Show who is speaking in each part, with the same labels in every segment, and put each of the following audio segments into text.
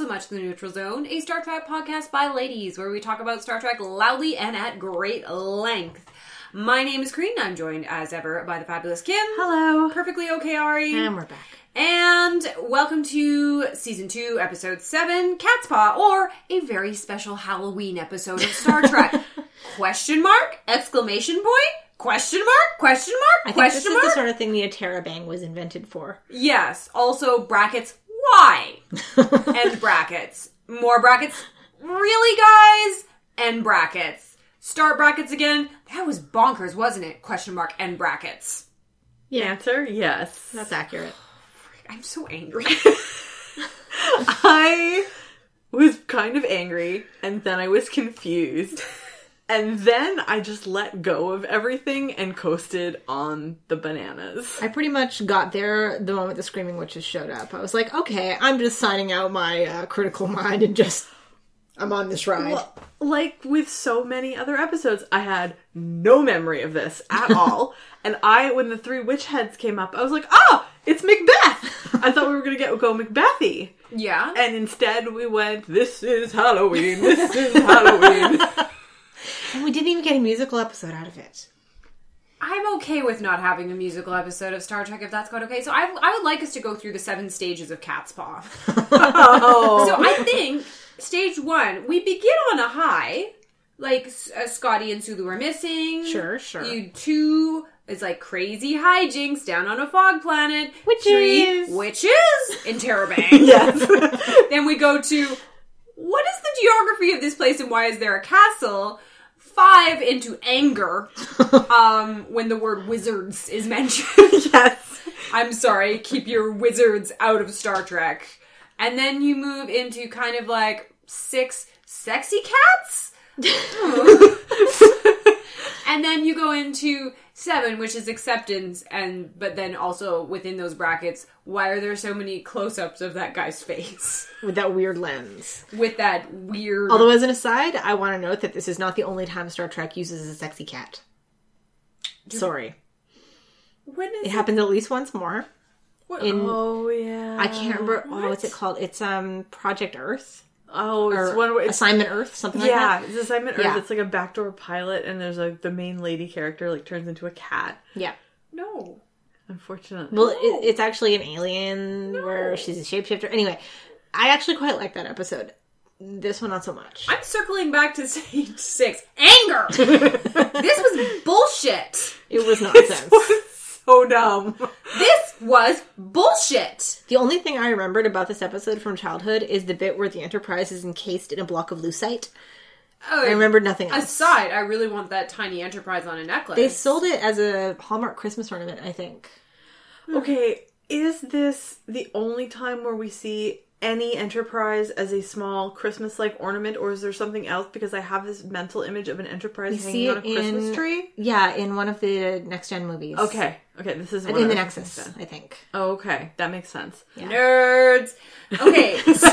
Speaker 1: much the Neutral Zone, a Star Trek podcast by ladies, where we talk about Star Trek loudly and at great length. My name is Kareen. I'm joined, as ever, by the fabulous Kim.
Speaker 2: Hello.
Speaker 1: Perfectly okay, Ari.
Speaker 2: And we're back.
Speaker 1: And welcome to season two, episode seven, Cat's Paw, or a very special Halloween episode of Star Trek. question mark? Exclamation point? Question mark? Question mark?
Speaker 2: I think
Speaker 1: question
Speaker 2: this is the sort of thing the Atera Bang was invented for.
Speaker 1: Yes. Also, brackets, why? and brackets. More brackets. Really, guys? And brackets. Start brackets again. That was bonkers, wasn't it? Question mark and brackets.
Speaker 2: Yeah,
Speaker 3: Answer yes.
Speaker 2: that's accurate.
Speaker 1: I'm so angry.
Speaker 3: I was kind of angry and then I was confused. And then I just let go of everything and coasted on the bananas.
Speaker 2: I pretty much got there the moment the Screaming Witches showed up. I was like, okay, I'm just signing out my uh, critical mind and just I'm on this ride.
Speaker 3: Like with so many other episodes, I had no memory of this at all. and I, when the three witch heads came up, I was like, oh, it's Macbeth! I thought we were gonna get go Macbethy.
Speaker 1: yeah.
Speaker 3: And instead we went, this is Halloween, this is Halloween.
Speaker 2: and we didn't even get a musical episode out of it.
Speaker 1: I'm okay with not having a musical episode of Star Trek if that's quite okay. So I, I would like us to go through the seven stages of Cat's Paw.
Speaker 2: Oh.
Speaker 1: So I think stage one, we begin on a high. Like S- uh, Scotty and Sulu are missing.
Speaker 2: Sure, sure.
Speaker 1: You two is like crazy hijinks down on a fog planet.
Speaker 2: Witches.
Speaker 1: Three, witches in Terabang.
Speaker 3: yes.
Speaker 1: Then we go to what is the geography of this place and why is there a castle? Five into anger um, when the word wizards is mentioned.
Speaker 3: yes.
Speaker 1: I'm sorry, keep your wizards out of Star Trek. And then you move into kind of like six sexy cats? and then you go into seven, which is acceptance, and but then also within those brackets, why are there so many close ups of that guy's face?
Speaker 2: With that weird lens.
Speaker 1: With that weird
Speaker 2: Although, as an aside, I want to note that this is not the only time Star Trek uses a sexy cat. Sorry.
Speaker 1: when
Speaker 2: It
Speaker 1: is
Speaker 2: happens at least once more.
Speaker 1: what,
Speaker 2: in-
Speaker 3: Oh yeah.
Speaker 2: I can't remember. Oh, what's it called? It's um Project Earth
Speaker 3: Oh, it's
Speaker 2: or
Speaker 3: one where it's
Speaker 2: Assignment Earth, something like
Speaker 3: yeah,
Speaker 2: that.
Speaker 3: it's assignment Earth.
Speaker 2: Yeah.
Speaker 3: It's like a backdoor pilot, and there's like the main lady character like turns into a cat.
Speaker 2: Yeah.
Speaker 1: no.
Speaker 3: Unfortunately,
Speaker 2: Well, it, it's actually an alien where she's a shapeshifter. Anyway, I actually quite like that episode. This one not so much.
Speaker 1: I'm circling back to stage six. Anger! this was bullshit.
Speaker 2: It was nonsense.
Speaker 3: so dumb.
Speaker 1: This was bullshit.
Speaker 2: the only thing I remembered about this episode from childhood is the bit where the Enterprise is encased in a block of lucite.
Speaker 1: Oh,
Speaker 2: I remembered nothing else.
Speaker 1: Aside, I really want that tiny enterprise on a necklace.
Speaker 2: They sold it as a Hallmark Christmas ornament, I think.
Speaker 3: Okay, is this the only time where we see any Enterprise as a small Christmas-like ornament, or is there something else? Because I have this mental image of an Enterprise
Speaker 2: see
Speaker 3: hanging on a
Speaker 2: it in-
Speaker 3: Christmas tree.
Speaker 2: Yeah, in one of the next gen movies.
Speaker 3: Okay, okay, this is one
Speaker 2: In the
Speaker 3: I was
Speaker 2: Nexus,
Speaker 3: thinking.
Speaker 2: I think.
Speaker 3: Oh, okay, that makes sense.
Speaker 1: Nerds. Okay, so,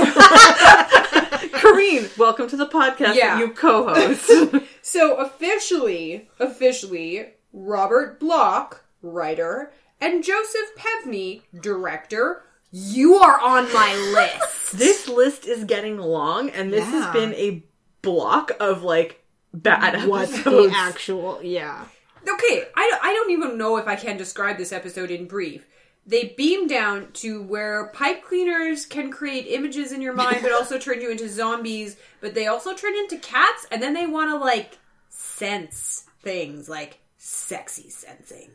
Speaker 3: Kareen, welcome to the podcast.
Speaker 1: Yeah.
Speaker 3: that you co-host.
Speaker 1: so officially, officially, Robert Block, writer, and Joseph Pevney, director, you are on my list.
Speaker 3: this list is getting long, and this
Speaker 2: Yeah.
Speaker 3: has been a block of like bad
Speaker 2: What the
Speaker 3: episodes.
Speaker 2: actual, yeah.
Speaker 1: okay, I, don't- I don't even know if I can describe this episode in brief. They beam down to where pipe cleaners can create images in your mind, but also turn you into zombies. But they also turn into cats, and then they want to like sense things, like sexy sensing.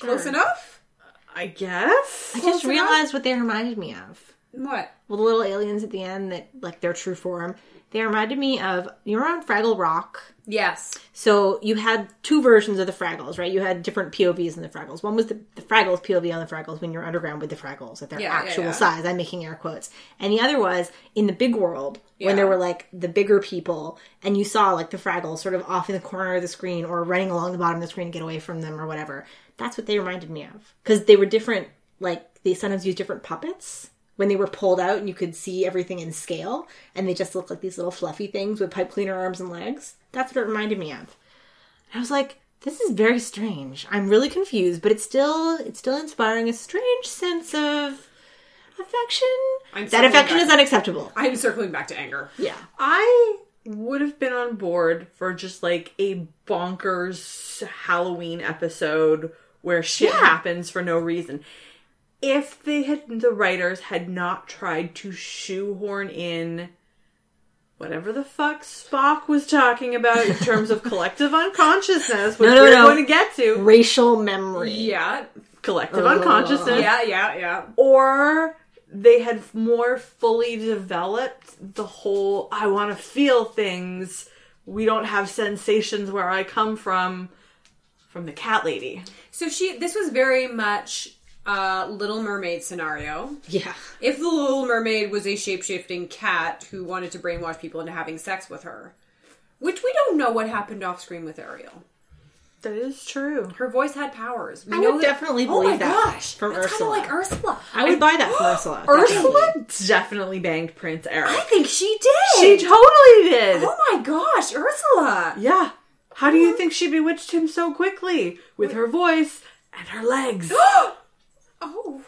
Speaker 1: Close enough.
Speaker 3: I guess.
Speaker 2: I
Speaker 1: enough?
Speaker 2: just realized what they reminded me of.
Speaker 1: What?
Speaker 2: Well, the little aliens at the end that, like, their true form. They reminded me of, you were on Fraggle Rock?
Speaker 1: Yes.
Speaker 2: So you had two versions of the Fraggles, right? You had different POVs in the Fraggles. One was the, the Fraggles POV on the Fraggles when you're underground with the Fraggles at their
Speaker 1: Yeah, yeah,
Speaker 2: actual
Speaker 1: yeah.
Speaker 2: size. I'm making air quotes. And the other was in the big world
Speaker 1: Yeah.
Speaker 2: when there were like the bigger people and you saw like the Fraggles sort of off in the corner of the screen or running along the bottom of the screen to get away from them or whatever. That's what they reminded me of. Because they were different, like they sometimes used different puppets. When they were pulled out and you could see everything in scale, and they just looked like these little fluffy things with pipe cleaner arms and legs. That's what it reminded me of. I was like, this is very strange. I'm really confused, but it's still it's still inspiring a strange sense of I affection.
Speaker 1: I'm
Speaker 2: that
Speaker 1: circling
Speaker 2: affection
Speaker 1: back.
Speaker 2: is unacceptable.
Speaker 1: I'm circling back to anger.
Speaker 2: Yeah.
Speaker 3: I would have been on board for just like a bonkers Halloween episode where shit happens for no reason. If they had the writers had not tried to shoehorn in whatever the fuck Spock was talking about in terms of collective unconsciousness, which
Speaker 2: No, no,
Speaker 3: we're
Speaker 2: no.
Speaker 3: going to get to
Speaker 2: Racial memory.
Speaker 1: Yeah.
Speaker 3: collective unconsciousness
Speaker 1: Yeah, yeah, yeah.
Speaker 3: or they had more fully developed the whole I want to feel things. We don't have sensations where I come from from the cat lady.
Speaker 1: So she this was very much uh Little Mermaid scenario.
Speaker 2: Yeah.
Speaker 1: If the Little Mermaid was a shape-shifting cat who wanted to brainwash people into having sex with her, which we don't know what happened off screen with Ariel.
Speaker 3: That is true.
Speaker 1: Her voice had powers. We
Speaker 2: I
Speaker 1: know
Speaker 2: would
Speaker 1: that-
Speaker 2: definitely
Speaker 1: oh my
Speaker 2: believe that
Speaker 1: gosh,
Speaker 2: from
Speaker 1: that's
Speaker 2: Ursula.
Speaker 1: Kind of like Ursula.
Speaker 2: I would buy that for Ursula.
Speaker 3: Ursula definitely banged Prince
Speaker 1: I
Speaker 3: Eric.
Speaker 1: think she did.
Speaker 3: She totally did.
Speaker 1: Oh my gosh, Ursula!
Speaker 3: Yeah. How do you think she bewitched him so quickly with her voice and her legs?
Speaker 1: Oh,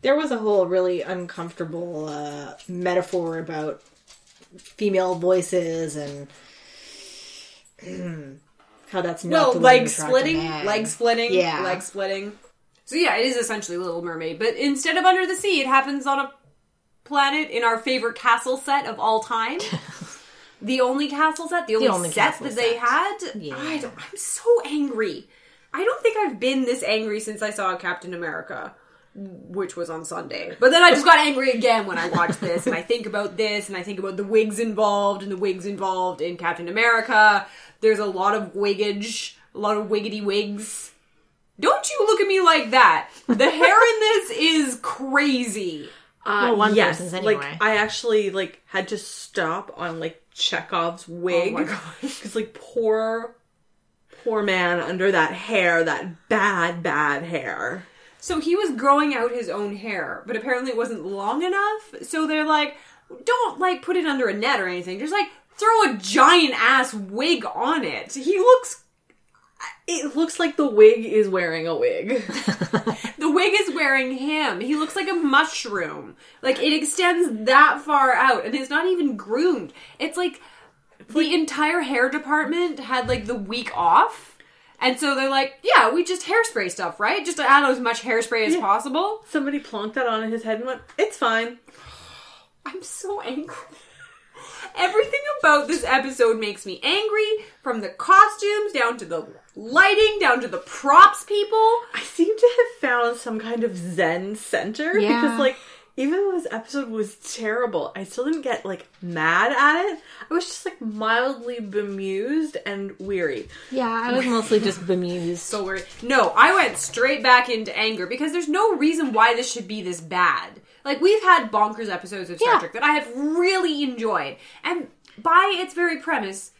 Speaker 2: There was a whole really uncomfortable uh, metaphor about female voices and how that's not
Speaker 1: well,
Speaker 2: the way
Speaker 1: leg
Speaker 2: to attract a
Speaker 1: splitting,
Speaker 2: man.
Speaker 1: leg splitting,
Speaker 2: Yeah.
Speaker 1: leg splitting. So yeah, it is essentially Little Mermaid, but instead of under the sea, it happens on a planet in our favorite castle set of all time. the only castle set, the only,
Speaker 2: only
Speaker 1: set
Speaker 2: castle
Speaker 1: that they
Speaker 2: set.
Speaker 1: had.
Speaker 2: Yeah.
Speaker 1: I don't, I'm so angry. I don't think I've been this angry since I saw Captain America, which was on Sunday. But then I just got angry again when I watched this, and I think about this, and I think about the wigs involved, and the wigs involved in Captain America. There's a lot of wiggage, a lot of wiggity wigs. Don't you look at me like that. The hair in this is crazy.
Speaker 3: Uh,
Speaker 2: Well, one
Speaker 3: yes,
Speaker 2: person's anyway.
Speaker 3: Like I actually like had to stop on like Chekhov's wig.
Speaker 1: Oh my gosh.
Speaker 3: Because like poor, poor man under that hair, that bad, bad hair.
Speaker 1: So he was growing out his own hair, but apparently it wasn't long enough. So they're like, don't like put it under a net or anything. Just like throw a giant ass wig on it. He looks.
Speaker 3: It looks like the wig is wearing a wig.
Speaker 1: The wig is wearing him. He looks like a mushroom. Like it extends that far out, and it's not even groomed. It's like the entire hair department had like the week off. And so they're like, yeah, we just hairspray stuff, right? Just to add as much hairspray as possible.
Speaker 3: Somebody plonked that on his head and went, "It's fine."
Speaker 1: I'm so angry. Everything about this episode makes me angry, from the costumes down to the lighting, down to the props people.
Speaker 3: I seem to have found some kind of zen center
Speaker 2: Yeah.
Speaker 3: because like. Even though this episode was terrible, I still didn't get like mad at it. I was just like mildly bemused and weary.
Speaker 2: Yeah, I was mostly just bemused.
Speaker 1: So we're no, I went straight back into anger because there's no reason why this should be this bad. Like we've had bonkers episodes of Star
Speaker 2: Yeah.
Speaker 1: Trek that I have really enjoyed, and by its very premise,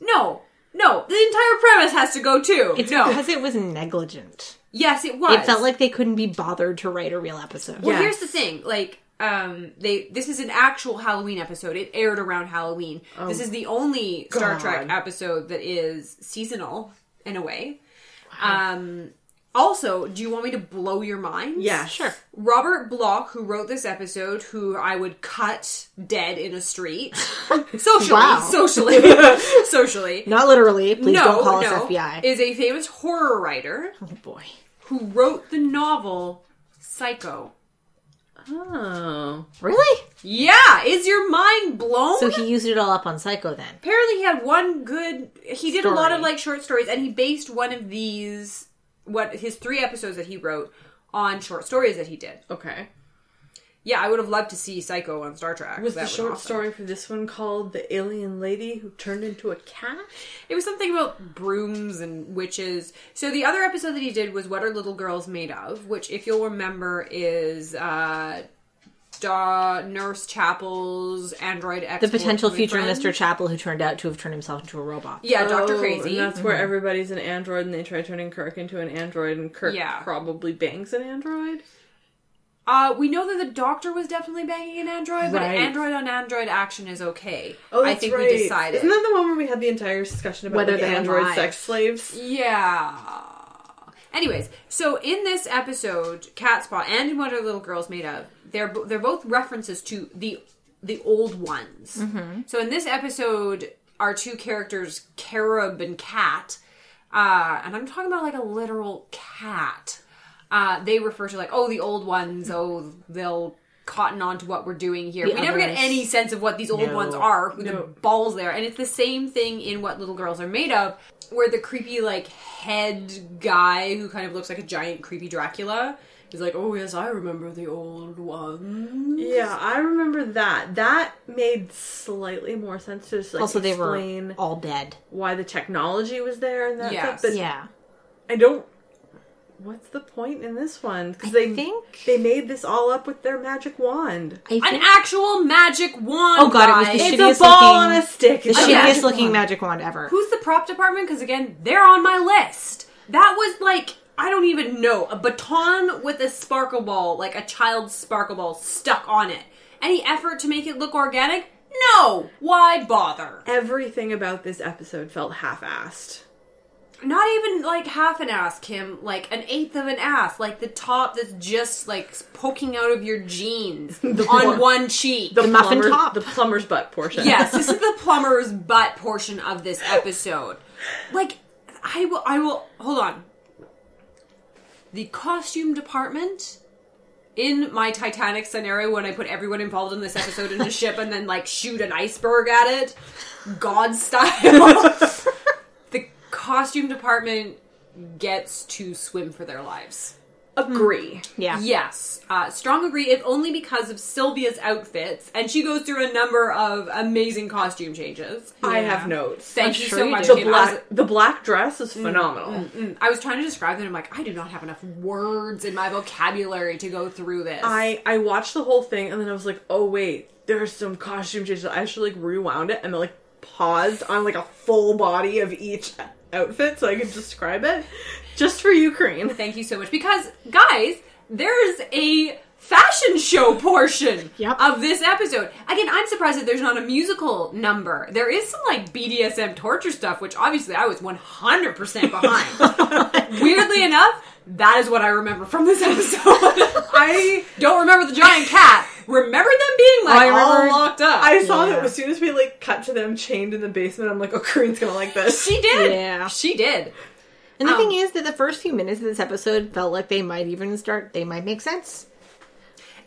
Speaker 1: no, no, the entire premise has to go too.
Speaker 2: it's
Speaker 1: no,
Speaker 2: because it was negligent.
Speaker 1: yes, it was.
Speaker 2: It felt like they couldn't be bothered to write a real episode.
Speaker 1: Well,
Speaker 3: Yeah.
Speaker 1: here's the thing. Like, um, they this is an actual Halloween episode. It aired around Halloween.
Speaker 2: Oh
Speaker 1: this is the only Star
Speaker 3: God.
Speaker 1: Trek episode that is seasonal in a way. Um, also, do you want me to blow your mind?
Speaker 3: Yeah,
Speaker 2: Sure.
Speaker 1: Robert Block, who wrote this episode, who I would cut dead in a street, socially,
Speaker 2: Wow.
Speaker 1: socially, socially.
Speaker 2: Not literally. Please
Speaker 1: no,
Speaker 2: don't call
Speaker 1: no,
Speaker 2: us FBI.
Speaker 1: is a famous horror writer
Speaker 2: oh boy.
Speaker 1: who wrote the novel Psycho.
Speaker 3: Oh.
Speaker 2: Really?
Speaker 1: Yeah, is your mind blown?
Speaker 2: So he used it all up on Psycho then.
Speaker 1: Apparently, he had one good. He did a lot of
Speaker 2: Story.
Speaker 1: like short stories, and he based one of these, what his three episodes that he wrote, on short stories that he did.
Speaker 3: Okay.
Speaker 1: Yeah, I would have loved to see Psycho on Star Trek.
Speaker 3: Was
Speaker 1: That
Speaker 3: the
Speaker 1: was
Speaker 3: short
Speaker 1: awesome.
Speaker 3: story for this one called The Alien Lady Who Turned Into a Cat?
Speaker 1: It was something about brooms and witches. So the other episode that he did was "What Are Little Girls Made Of," which, if you'll remember, is uh, da- Nurse Chapel's android.
Speaker 2: The potential future Mr. Chapel who turned out to have turned himself into a robot.
Speaker 1: Yeah, Doctor
Speaker 3: Oh,
Speaker 1: Crazy.
Speaker 3: And that's where
Speaker 1: Mm-hmm.
Speaker 3: everybody's an android and they try turning Kirk into an android and Kirk
Speaker 1: Yeah.
Speaker 3: probably bangs an android.
Speaker 1: Uh, we know that the doctor was definitely banging an android, but
Speaker 3: Right. Oh,
Speaker 1: android on android action is okay. I think we decided.
Speaker 3: Isn't that the one where we had the entire discussion about
Speaker 2: Whether
Speaker 3: like,
Speaker 2: they're
Speaker 3: android
Speaker 2: alive.
Speaker 3: sex slaves?
Speaker 1: yeah. Anyways, so in this episode, Cat Spa and in What Are Little Girls Made Of, they're bo- they're both references to the the old ones. So in this episode, our two characters, Carob and Cat, uh, and I'm talking about like a literal cat. Uh, they refer to like, oh, the old ones. Oh, they'll cotton on to what we're doing here. we never get
Speaker 2: others.
Speaker 1: any sense of what these old
Speaker 2: No.
Speaker 1: ones are, who the balls there. And it's the same thing in what little girls are made of, where the creepy like head guy who kind of looks like a giant creepy Dracula is like, oh yes, I remember the old ones.
Speaker 3: Yeah, I remember that. That made slightly more sense to just like
Speaker 2: Also, they
Speaker 3: explain
Speaker 2: were all dead.
Speaker 3: why the technology was there and that
Speaker 1: Yes.
Speaker 3: stuff. But
Speaker 2: Yeah.
Speaker 3: I don't. What's the point in this one? Because they
Speaker 2: think-
Speaker 3: they made this all up with their magic wand.
Speaker 2: I think
Speaker 1: An actual magic wand.
Speaker 2: Oh, God, it was the
Speaker 1: guys.
Speaker 2: shit-
Speaker 3: It's
Speaker 2: Shittiest
Speaker 3: a ball
Speaker 2: looking-
Speaker 3: on a stick.
Speaker 2: the
Speaker 3: It's a
Speaker 1: shittiest
Speaker 2: shittiest
Speaker 3: magic
Speaker 2: looking
Speaker 3: wand.
Speaker 2: magic wand ever.
Speaker 1: Who's the prop department? Because again, they're on my list. That was like I don't even know a baton with a sparkle ball, like a child's sparkle ball stuck on it. Any effort to make it look organic? No. Why bother?
Speaker 3: Everything about this episode felt half-assed.
Speaker 1: Not even like half an ass, Kim. Like an eighth of an ass. Like the top that's just like poking out of your jeans on one cheek.
Speaker 2: The muffin
Speaker 3: plumber-
Speaker 2: top.
Speaker 3: the plumber's butt portion.
Speaker 1: yes, this is the plumber's butt portion of this episode. Like, I will, I will, hold on. The costume department in my Titanic scenario when I put everyone involved in this episode in a ship and then like shoot an iceberg at it, God style. the costume department gets to swim for their lives.
Speaker 3: agree.
Speaker 2: yeah.
Speaker 1: Yes, uh, strong agree, if only because of Sylvia's outfits, and she goes through a number of amazing costume changes.
Speaker 3: I have notes.
Speaker 1: Thank
Speaker 2: I'm
Speaker 1: you
Speaker 2: sure
Speaker 1: so
Speaker 2: you
Speaker 1: much.
Speaker 2: do.
Speaker 3: the
Speaker 1: Kim. I, was,
Speaker 3: black the black dress is phenomenal.
Speaker 1: mm, I was trying to describe it. I'm like, I do not have enough words in my vocabulary to go through this.
Speaker 3: I I watched the whole thing and then I was like, oh wait, there's some costume changes. I actually like rewound it and then like paused on like a full body of each outfit so I could describe it just for Ukraine.
Speaker 1: Thank you so much. Because, guys, there's a fashion show portion
Speaker 2: Yep.
Speaker 1: of this episode. Again, I'm surprised that there's not a musical number. There is some, like, BDSM torture stuff, which obviously I was 100% behind. Weirdly enough, that is what I remember from this episode.
Speaker 3: I
Speaker 1: Don't remember the giant cat. Remember them being, like,
Speaker 2: I remember-
Speaker 1: all locked up.
Speaker 3: I saw
Speaker 2: Yeah.
Speaker 3: that as soon as we like cut to them chained in the basement. I'm like, oh, Ukraine's gonna like this.
Speaker 1: she did.
Speaker 2: Yeah.
Speaker 1: She did.
Speaker 2: And the
Speaker 1: Um,
Speaker 2: thing is that the first few minutes of this episode felt like they might even start, they might make sense.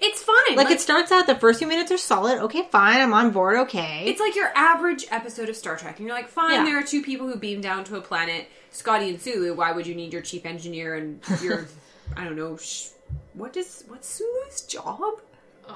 Speaker 1: It's fine.
Speaker 2: Like, it starts out, the first few minutes are solid. Okay, fine, I'm on board. Okay.
Speaker 1: It's like your average episode of Star Trek, and you're like, fine,
Speaker 2: Yeah.
Speaker 1: there are two people who beam down to a planet, Scotty and Sulu. Why would you need your chief engineer and your, I don't know, sh- what is what's Sulu's job?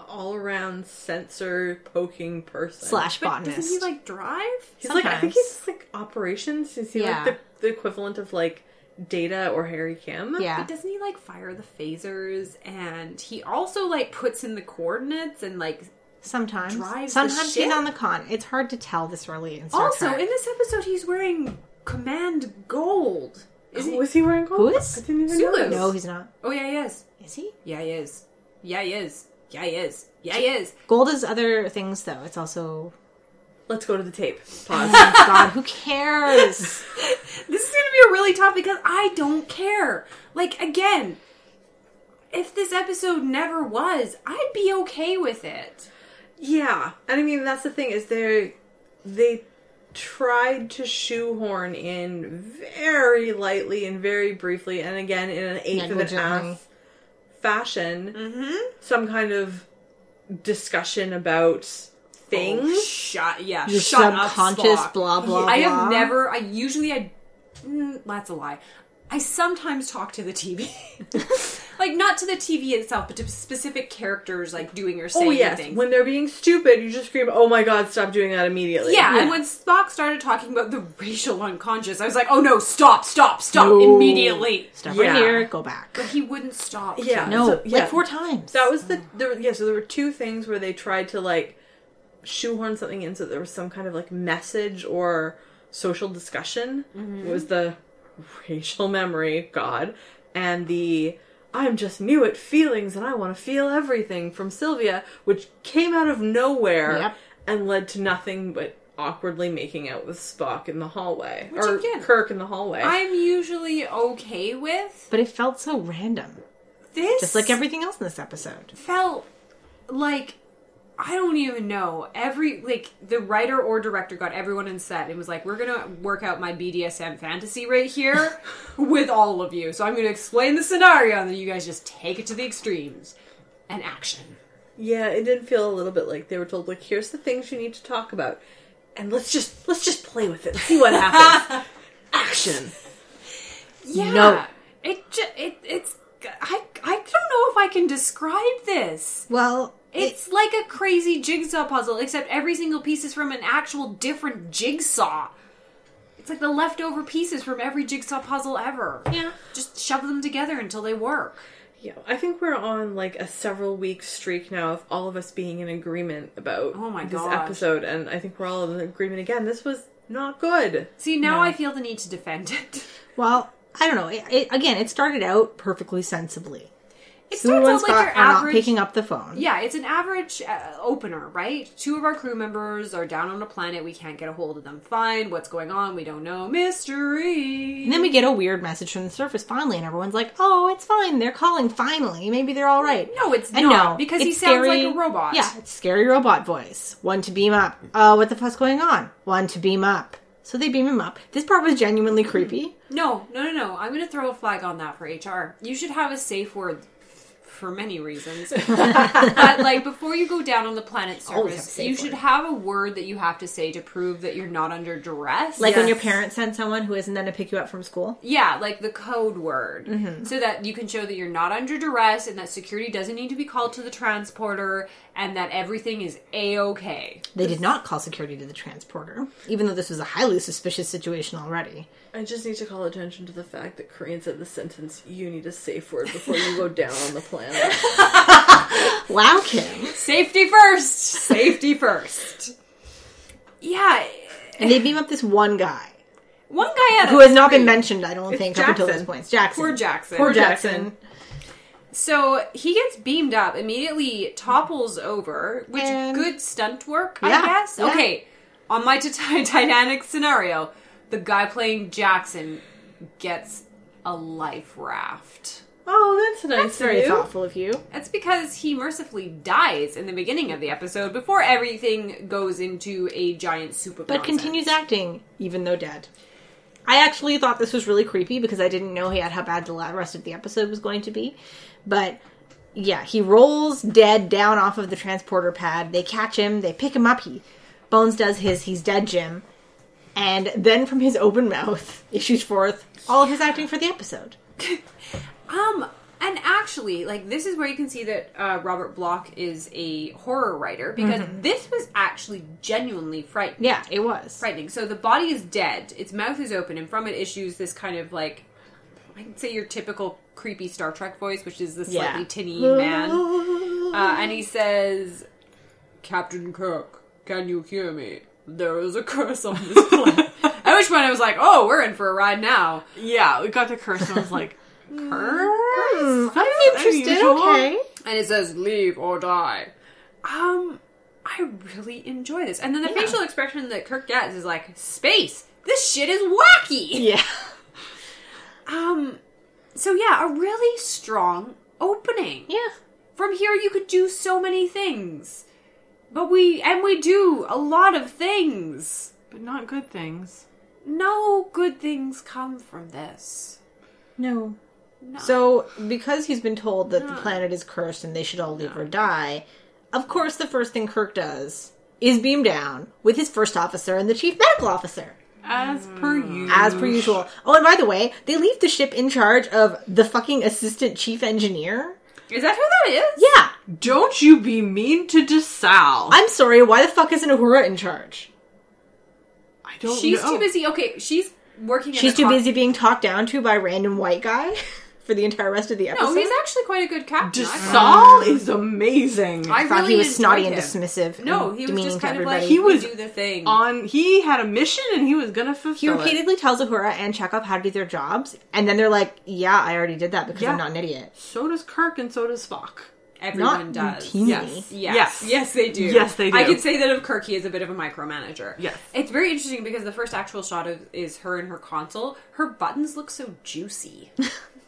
Speaker 3: All around sensor poking person.
Speaker 2: slash
Speaker 1: But
Speaker 2: botanist.
Speaker 1: doesn't he like drive?
Speaker 3: He's like, I think
Speaker 2: Sometimes.
Speaker 3: he's like operations. Is he
Speaker 2: Yeah.
Speaker 3: like the, the equivalent of like Data or Harry Kim?
Speaker 2: yeah.
Speaker 1: But doesn't he like fire the phasers? And he also like puts in the coordinates and like.
Speaker 2: Sometimes.
Speaker 1: drives the
Speaker 2: Sometimes he's
Speaker 1: ship?
Speaker 2: on the con. It's hard to tell this early in Star
Speaker 1: Also,
Speaker 2: Trek.
Speaker 1: in this episode, he's wearing Command Gold. Is he?
Speaker 3: Was he wearing gold?
Speaker 2: Who is?
Speaker 3: I didn't even
Speaker 1: Sulu.
Speaker 3: notice.
Speaker 2: no, he's not.
Speaker 1: Oh yeah, he is.
Speaker 2: Is he?
Speaker 1: Yeah, he is. Yeah, he is. Yeah, he is. Yeah, he is.
Speaker 2: Gold is other things, though. It's also.
Speaker 3: Let's go to the tape.
Speaker 2: Oh,
Speaker 3: Pause.
Speaker 2: my God, who cares?
Speaker 1: This is gonna be a really tough because I don't care. Like again, if this episode never was, I'd be okay with it.
Speaker 3: yeah, and I mean that's the thing is they they tried to shoehorn in very lightly and very briefly, and again in an eighth of an
Speaker 2: Negligently. Mm-hmm.
Speaker 3: ass fashion, some kind of discussion about things.
Speaker 1: Oh, shut yeah,
Speaker 2: Your
Speaker 1: shut
Speaker 2: subconscious,
Speaker 1: up, Spock.
Speaker 2: blah, blah,
Speaker 1: I have
Speaker 2: blah.
Speaker 1: never. I usually I. Mm, that's a lie. I sometimes talk to the TV. like not to the TV itself, but to specific characters, like doing or saying
Speaker 3: Oh yes,
Speaker 1: things.
Speaker 3: when they're being stupid, you just scream, "Oh my god, stop doing that immediately!"
Speaker 1: yeah, and when Spock started talking about the racial unconscious, I was like, "Oh no! Stop! Stop! Stop!
Speaker 2: No.
Speaker 1: Immediately!"
Speaker 2: Stop
Speaker 3: Yeah.
Speaker 2: right here. Go back.
Speaker 1: He wouldn't stop.
Speaker 3: Yeah.
Speaker 2: No,
Speaker 3: So, yeah.
Speaker 2: like four times.
Speaker 3: that was the there. were- Yeah, so there were two things where they tried to like shoehorn something in, so there was some kind of like message or social discussion.
Speaker 1: Mm-hmm.
Speaker 3: It was the racial memory god and the I'm just new at feelings and I want to feel everything from Sylvia, which came out of nowhere
Speaker 2: Yep.
Speaker 3: and led to nothing but awkwardly making out with Spock in the hallway
Speaker 1: Which
Speaker 3: or
Speaker 1: again-
Speaker 3: Kirk in the hallway.
Speaker 1: I'm usually okay with
Speaker 2: But it felt so random,
Speaker 1: this.
Speaker 2: just like everything else in this episode.
Speaker 1: felt like I don't even know. Every like the writer or director got everyone in set and was like, "We're gonna work out my BDSM fantasy right here with all of you." So I'm gonna explain the scenario, and then you guys just take it to the extremes and action.
Speaker 3: yeah, it did feel a little bit like they were told like here's the things you need to talk about and let's just let's just play with it. See what happens. Action.
Speaker 1: Yeah,
Speaker 2: No.
Speaker 1: it ju- it it's I I don't know if I can describe this.
Speaker 2: Well,
Speaker 1: It's like a crazy jigsaw puzzle, except every single piece is from an actual different jigsaw. It's like the leftover pieces from every jigsaw puzzle ever.
Speaker 2: yeah.
Speaker 1: Just shove them together until they work.
Speaker 3: Yeah, I think we're on like a several week streak now of all of us being in agreement about
Speaker 1: Oh my
Speaker 3: this
Speaker 1: gosh.
Speaker 3: episode, and I think we're all in agreement again. This was not good.
Speaker 1: See, now I feel the need to defend it.
Speaker 2: Well, I don't know. It, it, again, it started out perfectly sensibly.
Speaker 1: It
Speaker 2: Sulu and
Speaker 1: starts out
Speaker 2: Scott
Speaker 1: like your
Speaker 2: are not
Speaker 1: average.
Speaker 2: picking up the phone.
Speaker 1: Yeah, it's an average uh, opener, right? Two of our crew members are down on a planet. We can't get a hold of them. Fine. What's going on? We don't know. Mystery.
Speaker 2: And then we get a weird message from the surface finally, and everyone's like, "Oh, it's fine. They're calling finally. Maybe they're all right."
Speaker 1: No, it's
Speaker 2: And
Speaker 1: not,
Speaker 2: no,
Speaker 1: because he
Speaker 2: it's
Speaker 1: sounds
Speaker 2: scary-
Speaker 1: like a robot.
Speaker 2: Yeah, it's scary robot voice. One to beam up. Oh, what the fuck's going on? One to beam up. So they beam him up. This part was genuinely creepy.
Speaker 1: No, no, no, no. I'm going to throw a flag on that for HR. You should have a safe word for many reasons. but like before you go down on the planet
Speaker 2: Always have a
Speaker 1: surface,
Speaker 2: safe
Speaker 1: you should
Speaker 2: word.
Speaker 1: have a word that you have to say to prove that you're not under duress.
Speaker 2: Like when
Speaker 3: Yes.
Speaker 2: your parents send someone who isn't then to pick you up from school.
Speaker 1: yeah, like the code word,
Speaker 2: Mm-hmm.
Speaker 1: so that you can show that you're not under duress and that security doesn't need to be called to the transporter and that everything is a okay.
Speaker 2: They did not call security to the transporter, even though this was a highly suspicious situation already.
Speaker 3: I just need to call attention to the fact that Korean said the sentence, you need a safe word before you go down on the planet.
Speaker 2: Wow, Kim.
Speaker 1: Safety first. Safety first. Yeah,
Speaker 2: And they beam up this one guy
Speaker 1: one guy had a
Speaker 2: who has not been
Speaker 1: scream.
Speaker 2: mentioned. I don't think up until
Speaker 3: Jackson.
Speaker 2: this point. It's Jackson.
Speaker 1: Poor Jackson.
Speaker 2: Poor
Speaker 3: Jackson.
Speaker 2: Jackson.
Speaker 1: So he gets beamed up, immediately topples over, which
Speaker 2: And-
Speaker 1: good stunt work, I
Speaker 2: Yeah,
Speaker 1: guess.
Speaker 2: yeah.
Speaker 1: Okay, on my Titan- Titanic scenario, the guy playing Jackson gets a life raft.
Speaker 3: oh, that's nice
Speaker 2: It's
Speaker 3: of
Speaker 2: very
Speaker 3: you.
Speaker 2: thoughtful of you.
Speaker 1: That's because he mercifully dies in the beginning of the episode before everything goes into a giant soup of
Speaker 2: But
Speaker 1: nonsense.
Speaker 2: continues acting, even though dead. I actually thought this was really creepy because I didn't know yet how bad the la- rest of the episode was going to be. But yeah, he rolls dead down off of the transporter pad. They catch him, they pick him up. He Bones does his he's dead Jim. And then from his open mouth issues forth all of his acting for the episode.
Speaker 1: Um, and actually, like this is where you can see that uh, Robert Block is a horror writer because
Speaker 2: Mm-hmm.
Speaker 1: this was actually genuinely frightening.
Speaker 2: Yeah, it was.
Speaker 1: frightening. So the body is dead, its mouth is open, and from it issues this kind of like I can say your typical creepy Star Trek voice, which is the slightly
Speaker 2: Yeah.
Speaker 1: tinny man. Uh, and he says, Captain Kirk, can you hear me? There is a curse on this planet. At which point I was like, oh, we're in for a ride now.
Speaker 3: Yeah, we got the curse and I was like, curse?
Speaker 2: Hmm,
Speaker 3: That's
Speaker 2: I'm interested.
Speaker 3: unusual.
Speaker 2: Okay.
Speaker 1: And it says, leave or die. Um, I really enjoy this. And then the facial expression that Kirk gets is like, space! This shit is wacky!
Speaker 2: Yeah.
Speaker 1: Um, so yeah, a really strong opening.
Speaker 2: Yeah.
Speaker 1: From here, you could do so many things, but we and we do a lot of things.
Speaker 3: But not good things.
Speaker 1: No good things come from this.
Speaker 2: No.
Speaker 1: No.
Speaker 2: So, because he's been told that the planet is cursed and they should all leave or die, of course, the first thing Kirk does is beam down with his first officer and the chief medical officer,
Speaker 3: As per
Speaker 1: Mm.
Speaker 3: you.
Speaker 2: as per usual. Oh, and by the way, they leave the ship in charge of the fucking assistant chief engineer.
Speaker 1: is that who that is?
Speaker 2: Yeah,
Speaker 3: Don't you be mean to DeSalle.
Speaker 2: I'm sorry. Why the fuck isn't Uhura in charge?
Speaker 3: I don't
Speaker 1: she's
Speaker 3: know.
Speaker 1: too busy. Okay, she's working. at
Speaker 2: She's
Speaker 1: a
Speaker 2: too
Speaker 1: con-
Speaker 2: busy being talked down to by a random white guy for the entire rest of the episode.
Speaker 1: No, he's actually quite a good captain. I thought.
Speaker 3: DeSalle is amazing.
Speaker 1: I
Speaker 2: I thought
Speaker 1: really
Speaker 2: he was snotty
Speaker 1: enjoyed
Speaker 2: and
Speaker 1: him.
Speaker 2: dismissive.
Speaker 1: No,
Speaker 2: and
Speaker 1: he was
Speaker 2: demeaning
Speaker 1: just
Speaker 2: to
Speaker 1: kind of like
Speaker 2: everybody.
Speaker 1: he
Speaker 3: He
Speaker 1: was
Speaker 3: was
Speaker 1: do the thing.
Speaker 3: on he had a mission and he was gonna fulfill
Speaker 2: He
Speaker 3: it.
Speaker 2: repeatedly tells Uhura and Chekhov how to do their jobs, and then they're like, "Yeah, I already did that because
Speaker 3: Yeah.
Speaker 2: I'm not an idiot."
Speaker 3: So does Kirk and so does Spock.
Speaker 1: Everyone
Speaker 2: Not
Speaker 1: does.
Speaker 2: routinely.
Speaker 1: Yes. yes.
Speaker 3: Yes.
Speaker 1: Yes. they do.
Speaker 3: Yes, they do.
Speaker 1: I could say that of Kirky is a bit of a micromanager.
Speaker 3: Yes.
Speaker 1: It's very interesting because the first actual shot of is her in her console. Her buttons look so juicy.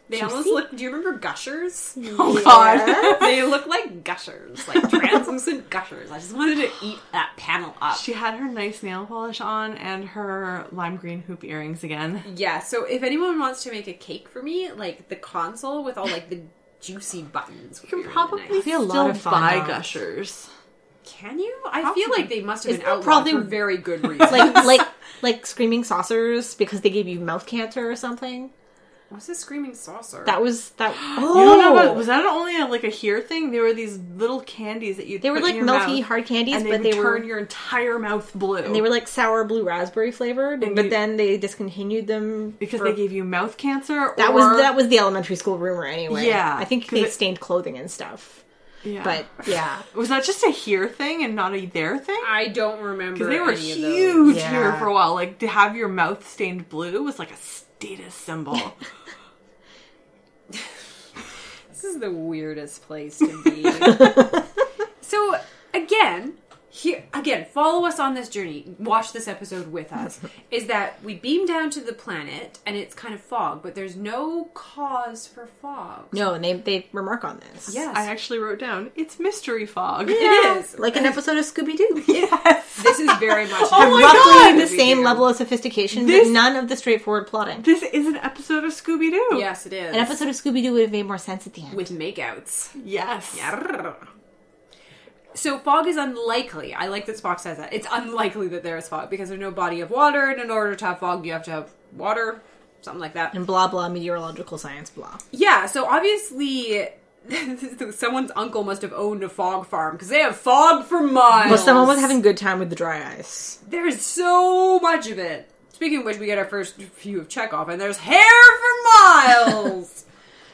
Speaker 1: They almost look. Do you remember gushers? Oh
Speaker 2: God.
Speaker 1: they look like gushers, like translucent gushers. I just wanted to eat that panel up.
Speaker 3: She had her nice nail polish on and her lime green hoop earrings again.
Speaker 1: Yeah, so if anyone wants to make a cake for me, like the console with all like the juicy buttons, would
Speaker 3: You
Speaker 1: be really
Speaker 3: can probably
Speaker 1: nice.
Speaker 2: be a
Speaker 3: still
Speaker 2: lot of fun
Speaker 3: buy
Speaker 2: dogs.
Speaker 3: gushers.
Speaker 1: Can you? I feel like they must have
Speaker 2: It's
Speaker 1: been outlawed
Speaker 2: probably-
Speaker 1: for very good reasons.
Speaker 2: like like like screaming saucers because they gave you mouth cancer or something.
Speaker 1: what's a screaming saucer?
Speaker 2: That was that. Oh,
Speaker 3: You don't know about, was that only a, like a here thing? There were these little candies that you
Speaker 2: they were
Speaker 3: put
Speaker 2: like
Speaker 3: in your
Speaker 2: melty
Speaker 3: mouth,
Speaker 2: hard candies,
Speaker 3: and they
Speaker 2: but
Speaker 3: would
Speaker 2: they were
Speaker 3: turn your entire mouth blue.
Speaker 2: they were like sour blue raspberry flavored.
Speaker 3: And
Speaker 2: but
Speaker 3: you-
Speaker 2: then they discontinued them
Speaker 3: because
Speaker 2: for-
Speaker 3: they gave you mouth cancer.
Speaker 2: that
Speaker 3: or,
Speaker 2: was that was the elementary school rumor anyway.
Speaker 3: Yeah,
Speaker 2: I think
Speaker 3: 'cause
Speaker 2: they
Speaker 3: it-
Speaker 2: stained clothing and stuff.
Speaker 3: yeah.
Speaker 2: But yeah,
Speaker 3: was that just a here thing and not a there thing?
Speaker 1: I don't remember.
Speaker 3: Because they were
Speaker 1: any of those.
Speaker 3: huge
Speaker 2: Yeah.
Speaker 3: here for a while. Like to have your mouth stained blue was like a status symbol.
Speaker 1: This is the weirdest place to be. so again, here again, follow us on this journey. Watch this episode with us. is that we beam down to the planet and it's kind of fog, but there's no cause for fog.
Speaker 2: no, and they they remark on this.
Speaker 1: Yes.
Speaker 3: I actually wrote down it's mystery fog.
Speaker 1: It is.
Speaker 2: like an episode of Scooby Doo.
Speaker 3: Yes.
Speaker 1: This is very much
Speaker 3: Oh my
Speaker 2: Roughly
Speaker 3: God!
Speaker 2: the same level of sophistication,
Speaker 3: This-
Speaker 2: but none of the straightforward plotting.
Speaker 3: This is an episode of Scooby Doo.
Speaker 1: Yes, it is.
Speaker 2: An episode of Scooby Doo would have made more sense at the end.
Speaker 1: with makeouts.
Speaker 3: Yes.
Speaker 1: So fog is unlikely. I like that Spock says that. It's unlikely that there is fog because there's no body of water, and in order to have fog, you have to have water, something like that.
Speaker 2: and blah blah meteorological science blah.
Speaker 1: Yeah. So obviously. Someone's uncle must have owned a fog farm because they have fog for miles.
Speaker 2: Well, someone was having a good time with the dry ice.
Speaker 1: There's so much of it. Speaking of which, we get our first view of Chekhov, and there's hair for miles.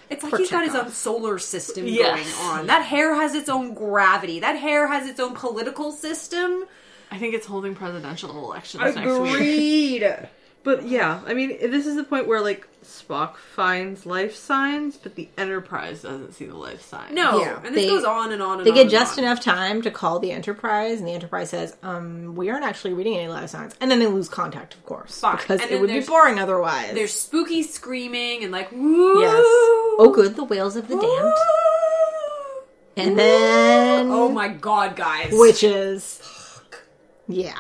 Speaker 1: it's like
Speaker 2: Poor
Speaker 1: he's got his
Speaker 2: Chekhov.
Speaker 1: own solar system
Speaker 3: Yes.
Speaker 1: going on. That hair has its own gravity. That hair has its own political system.
Speaker 3: I think it's holding presidential elections next week.
Speaker 1: Agreed.
Speaker 3: But yeah, I mean, this is the point where like Spock finds life signs, but the Enterprise doesn't see the life signs.
Speaker 1: No,
Speaker 2: Yeah.
Speaker 1: and this
Speaker 2: They-
Speaker 1: goes on and on. And
Speaker 2: They
Speaker 1: on
Speaker 2: get
Speaker 1: and
Speaker 2: just
Speaker 1: on.
Speaker 2: enough time to call the Enterprise, and the Enterprise says, um, we aren't actually reading any life signs. And then they lose contact, of course.
Speaker 1: Fine.
Speaker 2: Because
Speaker 1: And
Speaker 2: it
Speaker 1: then
Speaker 2: would be
Speaker 1: there's-
Speaker 2: boring otherwise.
Speaker 1: There's spooky screaming and like woo.
Speaker 2: Yes. Oh, good, the whales of the damned. And then.
Speaker 1: Oh my god, guys!
Speaker 2: Witches. Yeah.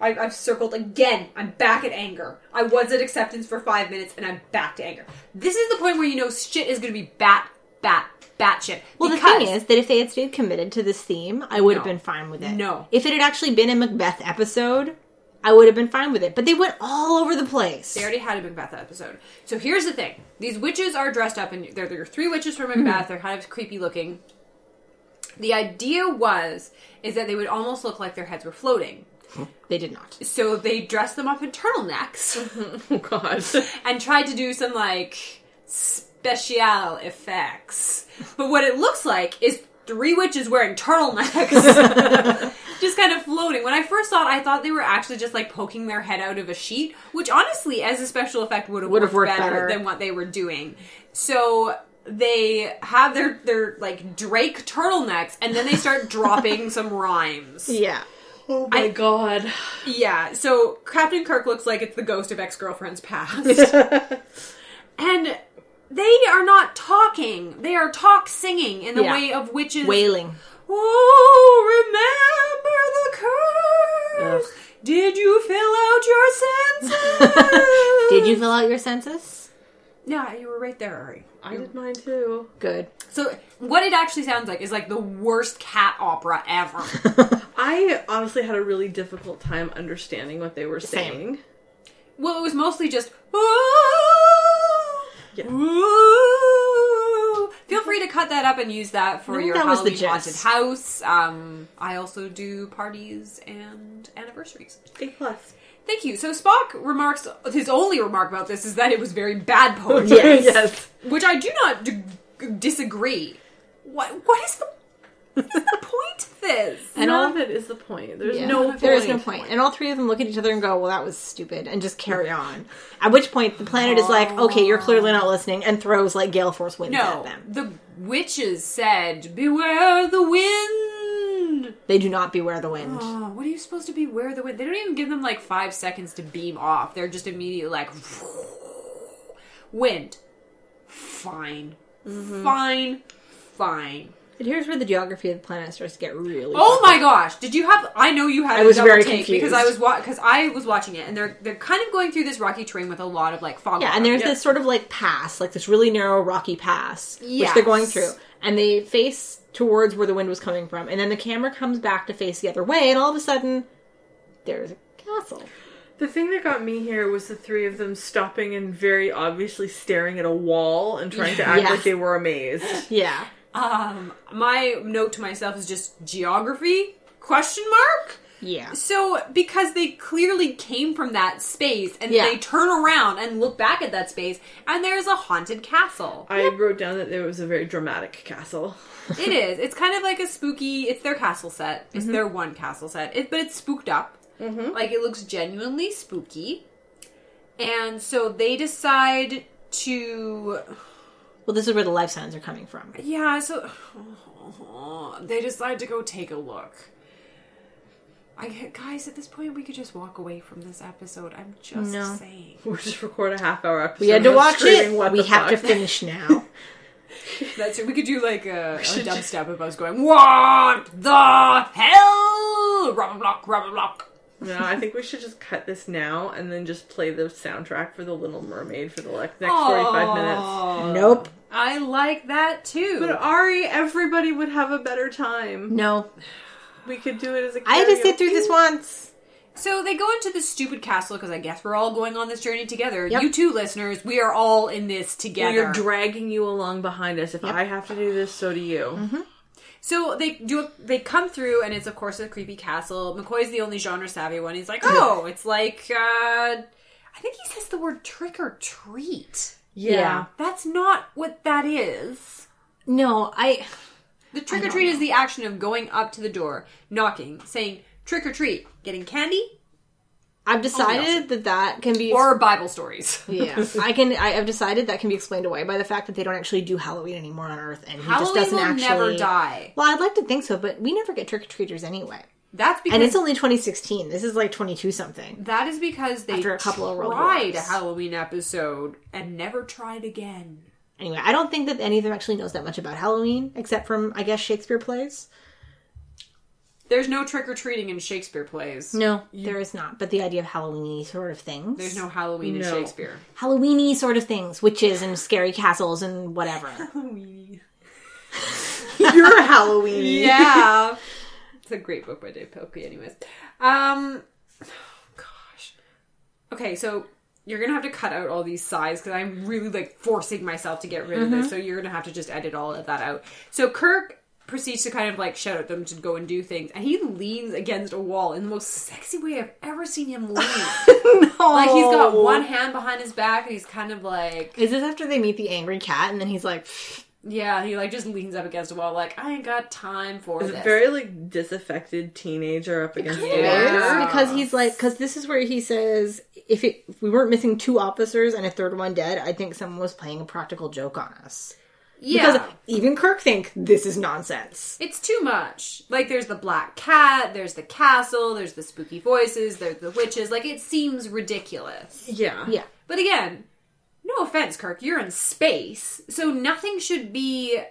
Speaker 1: I, I've circled again. I'm back at anger. I was at acceptance for five minutes, and I'm back to anger. This is the point where you know shit is going to be bat, bat, bat shit.
Speaker 2: Well, the thing is that if they had stayed committed to this theme, I would have
Speaker 1: No.
Speaker 2: been fine with it.
Speaker 1: No.
Speaker 2: If it had actually been a Macbeth episode, I would have been fine with it. But they went all over the place.
Speaker 1: They already had a Macbeth episode. So here's the thing: these witches are dressed up, and they're, they're three witches from
Speaker 2: Hmm.
Speaker 1: Macbeth. They're kind of creepy looking. The idea was is that they would almost look like their heads were floating.
Speaker 2: They did not.
Speaker 1: So they dressed them up in
Speaker 2: Uh-huh.
Speaker 1: turtlenecks
Speaker 3: Oh god.
Speaker 1: and tried to do some like special effects. But what it looks like is three witches wearing turtlenecks. just kind of floating. When I first saw it, I thought they were actually just like poking their head out of a sheet, which honestly, as a special effect, would have
Speaker 2: Would
Speaker 1: worked,
Speaker 2: have worked
Speaker 1: better,
Speaker 2: better.
Speaker 1: than what they were doing. So they have their their like Drake turtlenecks, and then they start dropping some rhymes.
Speaker 2: Yeah.
Speaker 3: Oh my god.
Speaker 1: Yeah, so Captain Kirk looks like it's the ghost of ex girlfriend's past. and they are not talking, they are talk singing in the
Speaker 2: Yeah.
Speaker 1: way of witches.
Speaker 2: Wailing.
Speaker 1: Oh, remember the curse. Did you fill out your senses?
Speaker 2: Did you fill out your census?
Speaker 1: Yeah, you were right there, Ari.
Speaker 3: I did mine too.
Speaker 2: Good.
Speaker 1: So, what it actually sounds like is like the worst cat opera ever.
Speaker 3: I honestly had a really difficult time understanding what they were
Speaker 2: Same.
Speaker 3: saying.
Speaker 1: Well, it was mostly just. "Ooh,
Speaker 3: Yeah.
Speaker 1: ooh." Feel free to cut that up and use that for
Speaker 2: I think
Speaker 1: your
Speaker 2: that was the
Speaker 1: Halloween haunted
Speaker 2: gist.
Speaker 1: house. Um, I also do parties and anniversaries.
Speaker 3: A plus.
Speaker 1: Thank you. So Spock remarks his only remark about this is that it was very bad poetry,
Speaker 2: Yes.
Speaker 3: yes.
Speaker 1: which I do not d- disagree. What what is the what is the point of this?
Speaker 2: And
Speaker 3: None
Speaker 2: all
Speaker 3: of it is the point. There's
Speaker 2: Yeah.
Speaker 3: no
Speaker 2: there is no
Speaker 3: point.
Speaker 2: point. And all three of them look at each other and go, "Well, that was stupid," and just carry on. At which point, the planet is like, "Okay, you're clearly not listening," and throws like gale force winds at
Speaker 1: No,
Speaker 2: them.
Speaker 1: the witches said, "Beware the wind."
Speaker 2: They do not beware the wind.
Speaker 1: Oh, what are you supposed to beware the wind? They don't even give them like five seconds to beam off. They're just immediately like, "Wind, fine,
Speaker 2: Mm-hmm.
Speaker 1: fine, fine."
Speaker 2: And here's where the geography of the planet starts to get really.
Speaker 1: Oh my gosh! Did you have? I know you had.
Speaker 2: I
Speaker 1: a
Speaker 2: was
Speaker 1: double
Speaker 2: very
Speaker 1: take because
Speaker 2: confused.
Speaker 1: I was because I was watching it, and they're they're kind of going through this rocky terrain with a lot of like fog.
Speaker 2: Uh, Yeah,
Speaker 1: on
Speaker 2: and
Speaker 1: it.
Speaker 2: there's this sort of like pass, like this really narrow rocky pass, which
Speaker 1: Yes.
Speaker 2: they're going through, and they face towards where the wind was coming from, and then the camera comes back to face the other way, and all of a sudden, there's a castle.
Speaker 3: The thing that got me here was the three of them stopping and very obviously staring at a wall and trying to act
Speaker 2: Yeah.
Speaker 3: like they were amazed.
Speaker 2: Yeah,
Speaker 1: Um, my note to myself is just geography question mark.
Speaker 2: yeah.
Speaker 1: So because they clearly came from that space, and
Speaker 2: Yeah.
Speaker 1: they turn around and look back at that space, and there's a haunted castle.
Speaker 3: I wrote down that there was a very dramatic castle.
Speaker 1: it is. It's kind of like a spooky. It's their castle set. It's
Speaker 2: Mm-hmm.
Speaker 1: their one castle set. It, but it's spooked up. Like it looks genuinely spooky. And so they decide to.
Speaker 2: Well, this is where the life signs are coming from.
Speaker 1: Yeah. So they decide to go take a look. I guys, at this point, we could just walk away from this episode. I'm just
Speaker 2: No.
Speaker 1: saying.
Speaker 3: We'll just record a half hour episode.
Speaker 2: We had to
Speaker 3: of
Speaker 2: watch
Speaker 3: screaming,
Speaker 2: it.
Speaker 3: "What
Speaker 2: we
Speaker 3: the
Speaker 2: have to
Speaker 3: fuck?"
Speaker 2: finish now.
Speaker 1: That's it. We could do like a, a dubstep if I was going, What the hell? Rubber block, rubber block.
Speaker 3: No, I think we should just cut this now and then just play the soundtrack for The Little Mermaid for the like, next 45 minutes.
Speaker 1: Oh,
Speaker 2: nope.
Speaker 1: I like that too.
Speaker 3: But Ari, everybody would have a better time.
Speaker 2: No,
Speaker 3: We could do it as a
Speaker 2: I had to sit
Speaker 3: karaoke.
Speaker 2: through this once.
Speaker 1: so they go into this stupid castle because I guess we're all going on this journey together.
Speaker 2: Yep.
Speaker 1: You two listeners, we are all in this together.
Speaker 3: We are dragging you along behind us. If I have to do this, so do you.
Speaker 2: Mm-hmm.
Speaker 1: So they do. A, they come through, and it's of course a creepy castle. McCoy's the only genre savvy one. He's like, oh, it's like. uh I think he says the word trick or treat.
Speaker 2: Yeah.
Speaker 1: That's not what that is.
Speaker 2: No, I.
Speaker 1: The trick or treat is the action of going up to the door, knocking, saying trick or treat, getting candy,
Speaker 2: I've decided that that can be
Speaker 1: or Bible stories.
Speaker 2: Yeah, I can. I, I've decided that can be explained away by the fact that they don't actually do Halloween anymore on Earth, and he
Speaker 1: Halloween
Speaker 2: just doesn't
Speaker 1: will
Speaker 2: actually
Speaker 1: never die.
Speaker 2: Well, I'd like to think so, but we never get trick or treaters anyway,
Speaker 1: That's because
Speaker 2: and it's only 2016. This is like 22 something.
Speaker 1: that is because they
Speaker 2: After a couple of World
Speaker 1: tried a
Speaker 2: Wars.
Speaker 1: Halloween episode and never tried again.
Speaker 2: Anyway, I don't think that any of them actually knows that much about Halloween, except from I guess Shakespeare plays.
Speaker 1: There's no trick or treating in Shakespeare plays.
Speaker 2: No, there is not. But the idea of Halloweeny sort of things,
Speaker 1: There's no Halloween
Speaker 3: No.
Speaker 1: in Shakespeare.
Speaker 2: Halloweeny sort of things, witches and scary castles and whatever.
Speaker 3: You're a Halloween.
Speaker 1: Yeah. it's a great book by Dave Pilkey, anyways. Um gosh. Okay, so you're gonna have to cut out all these sighs because I'm really like forcing myself to get rid of this. So you're gonna have to just edit all of that out. So Kirk proceeds to kind of like shout at them to go and do things, and he leans against a wall in the most sexy way I've ever seen him lean. Like he's got one hand behind his back, and he's kind of like
Speaker 2: Is this after they meet the angry cat, and then he's like, "Pfft,
Speaker 1: yeah, and he like just leans up against a wall, like I ain't got time for
Speaker 3: It's
Speaker 1: this.
Speaker 3: very like disaffected teenager up against the
Speaker 2: it
Speaker 1: Yeah.
Speaker 3: wall.
Speaker 2: is, because he's like because this is where he says if, it, if we weren't missing two officers and a third one dead i think someone was playing a practical joke on us
Speaker 1: yeah.
Speaker 2: because even kirk think this is nonsense
Speaker 1: It's too much. Like there's the black cat, there's the castle, there's the spooky voices, there's the witches. Like it seems ridiculous.
Speaker 3: Yeah.
Speaker 2: yeah
Speaker 1: But again, no offense, Kirk, you're in space, so nothing should be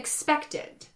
Speaker 1: expected.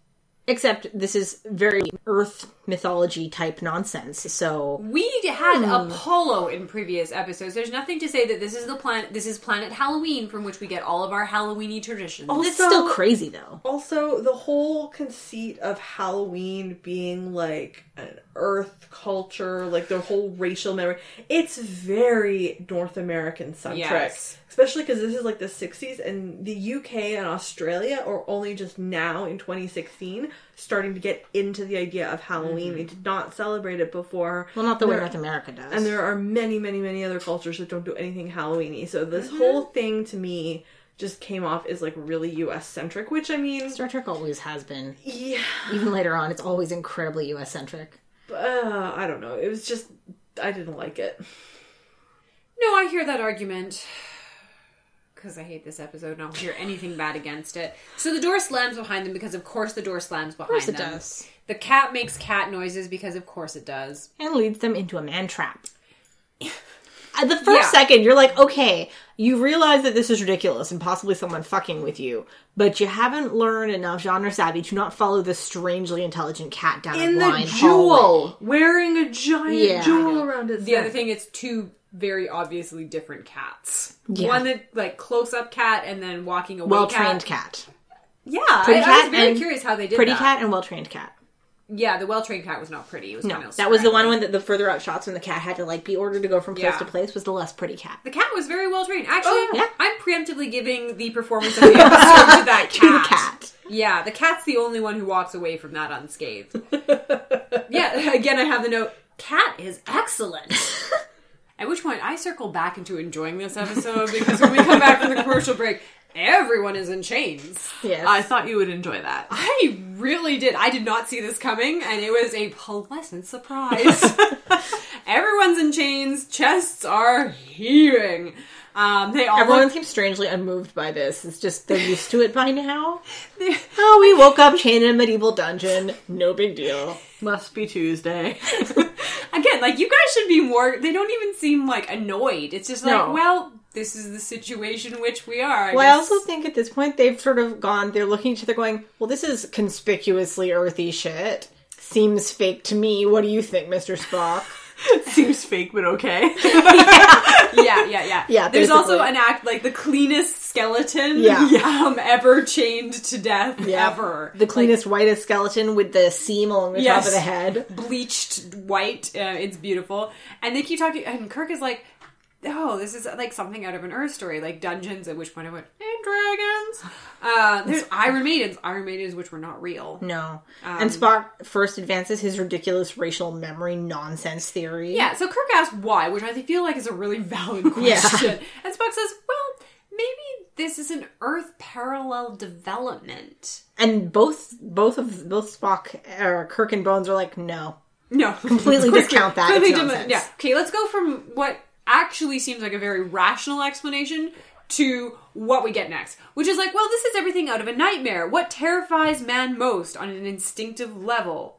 Speaker 2: except this is very earth mythology type nonsense so
Speaker 1: We had Apollo in previous episodes. There's nothing to say that this is the planet this is planet Halloween from which we get all of our Halloweeny traditions.
Speaker 2: it's
Speaker 3: Also-
Speaker 2: still crazy though
Speaker 3: Also, the whole conceit of Halloween being like an earth culture, like the whole racial memory, it's very North American centric.
Speaker 1: Yes.
Speaker 3: Especially because this is like the 60s, and the UK and Australia are only just now in 2016 starting to get into the idea of Halloween. They did not celebrate it before.
Speaker 2: well not the way
Speaker 3: There-
Speaker 2: north america does
Speaker 3: And there are many, many, many other cultures that don't do anything Halloweeny. So this whole thing to me just came off as like really US centric, which I mean,
Speaker 2: star trek always has been
Speaker 3: yeah,
Speaker 2: even later on it's always incredibly us centric
Speaker 3: uh, I don't know. It was just I didn't like it.
Speaker 1: No, I hear that argument. because I hate this episode and I'll hear anything bad against it. So the door slams behind them because, of course, the door slams behind
Speaker 2: course it
Speaker 1: them.
Speaker 2: does.
Speaker 1: The cat makes cat noises because, of course, it does.
Speaker 2: and leads them into a man trap. At the first
Speaker 1: Yeah.
Speaker 2: second, you're like, okay, you realize that this is ridiculous and possibly someone fucking with you, but you haven't learned enough genre savvy to not follow this strangely intelligent cat down
Speaker 3: in
Speaker 2: a
Speaker 3: the
Speaker 2: blind
Speaker 3: jewel,
Speaker 2: hallway.
Speaker 3: wearing a giant
Speaker 2: Yeah.
Speaker 3: jewel around its
Speaker 1: The
Speaker 3: neck.
Speaker 1: other thing, it's two very obviously different cats.
Speaker 2: Yeah.
Speaker 1: One that like close up cat and then walking away.
Speaker 2: Well trained cat.
Speaker 1: Yeah, I,
Speaker 2: Pretty
Speaker 1: I
Speaker 2: cat
Speaker 1: was very
Speaker 2: and-
Speaker 1: curious how they did
Speaker 2: Pretty
Speaker 1: that.
Speaker 2: cat and well trained cat.
Speaker 1: Yeah, the well trained cat was not pretty. It was
Speaker 2: No,
Speaker 1: kind of
Speaker 2: that was the
Speaker 1: scraggly.
Speaker 2: one when the, the further out shots when the cat had to like be ordered to go from place
Speaker 1: Yeah.
Speaker 2: to place was the less pretty cat.
Speaker 1: The cat was very well trained. Actually,
Speaker 2: Oh, yeah.
Speaker 1: I'm preemptively giving the performance of the episode to that cat.
Speaker 2: To the cat.
Speaker 1: Yeah, the cat's the only one who walks away from that unscathed. yeah, again, I have the note cat is excellent. At which point, I circle back into enjoying this episode because when we come back from the commercial break, everyone is in chains.
Speaker 2: Yes.
Speaker 3: I thought you would enjoy that.
Speaker 1: I really did. I did not see this coming, and it was a pleasant surprise. Everyone's in chains. Chests are heaving. Um, they all
Speaker 2: Everyone
Speaker 1: look
Speaker 2: seems strangely unmoved by this. It's just they're used to it by now. oh, we woke up chained in a medieval dungeon. No big deal.
Speaker 3: Must be Tuesday.
Speaker 1: again like you guys should be more. They don't even seem like annoyed. It's just like,
Speaker 2: No.
Speaker 1: well, this is the situation in which we are. I
Speaker 2: Well, I
Speaker 1: guess-
Speaker 2: also think at this point they've sort of gone. They're looking at each other, going, "Well, this is conspicuously earthy shit. Seems fake to me. What do you think, Mister Spock?"
Speaker 3: Seems fake, but okay.
Speaker 1: yeah, yeah, yeah.
Speaker 2: Yeah,
Speaker 1: There's also
Speaker 2: basically.
Speaker 1: an act like the cleanest skeleton
Speaker 2: Yeah.
Speaker 1: um ever chained to death
Speaker 2: Yeah.
Speaker 1: ever.
Speaker 2: The cleanest, whitest skeleton with the seam along the top
Speaker 1: Yes.
Speaker 2: of the head.
Speaker 1: bleached white. Uh, it's beautiful. And they keep talking, and Kirk is like, "Oh, this is like something out of an Earth story, like dungeons." At which point I went, "And dragons." Uh, there's Iron Maidens, Iron Maidens, which were not real.
Speaker 2: No.
Speaker 1: Um,
Speaker 2: and Spock first advances his ridiculous racial memory nonsense theory.
Speaker 1: Yeah. So Kirk asks why, which I feel like is a really valid
Speaker 2: Yeah.
Speaker 1: question. And Spock says, "Well, maybe this is an Earth parallel development."
Speaker 2: And both both of both Spock or Kirk and Bones are like, no,
Speaker 1: No,
Speaker 2: completely discount that. It's
Speaker 1: Completely dim-
Speaker 2: nonsense.
Speaker 1: yeah. Okay, let's go from what actually seems like a very rational explanation to what we get next, which is like, well, this is everything out of a nightmare. What terrifies man most on an instinctive level?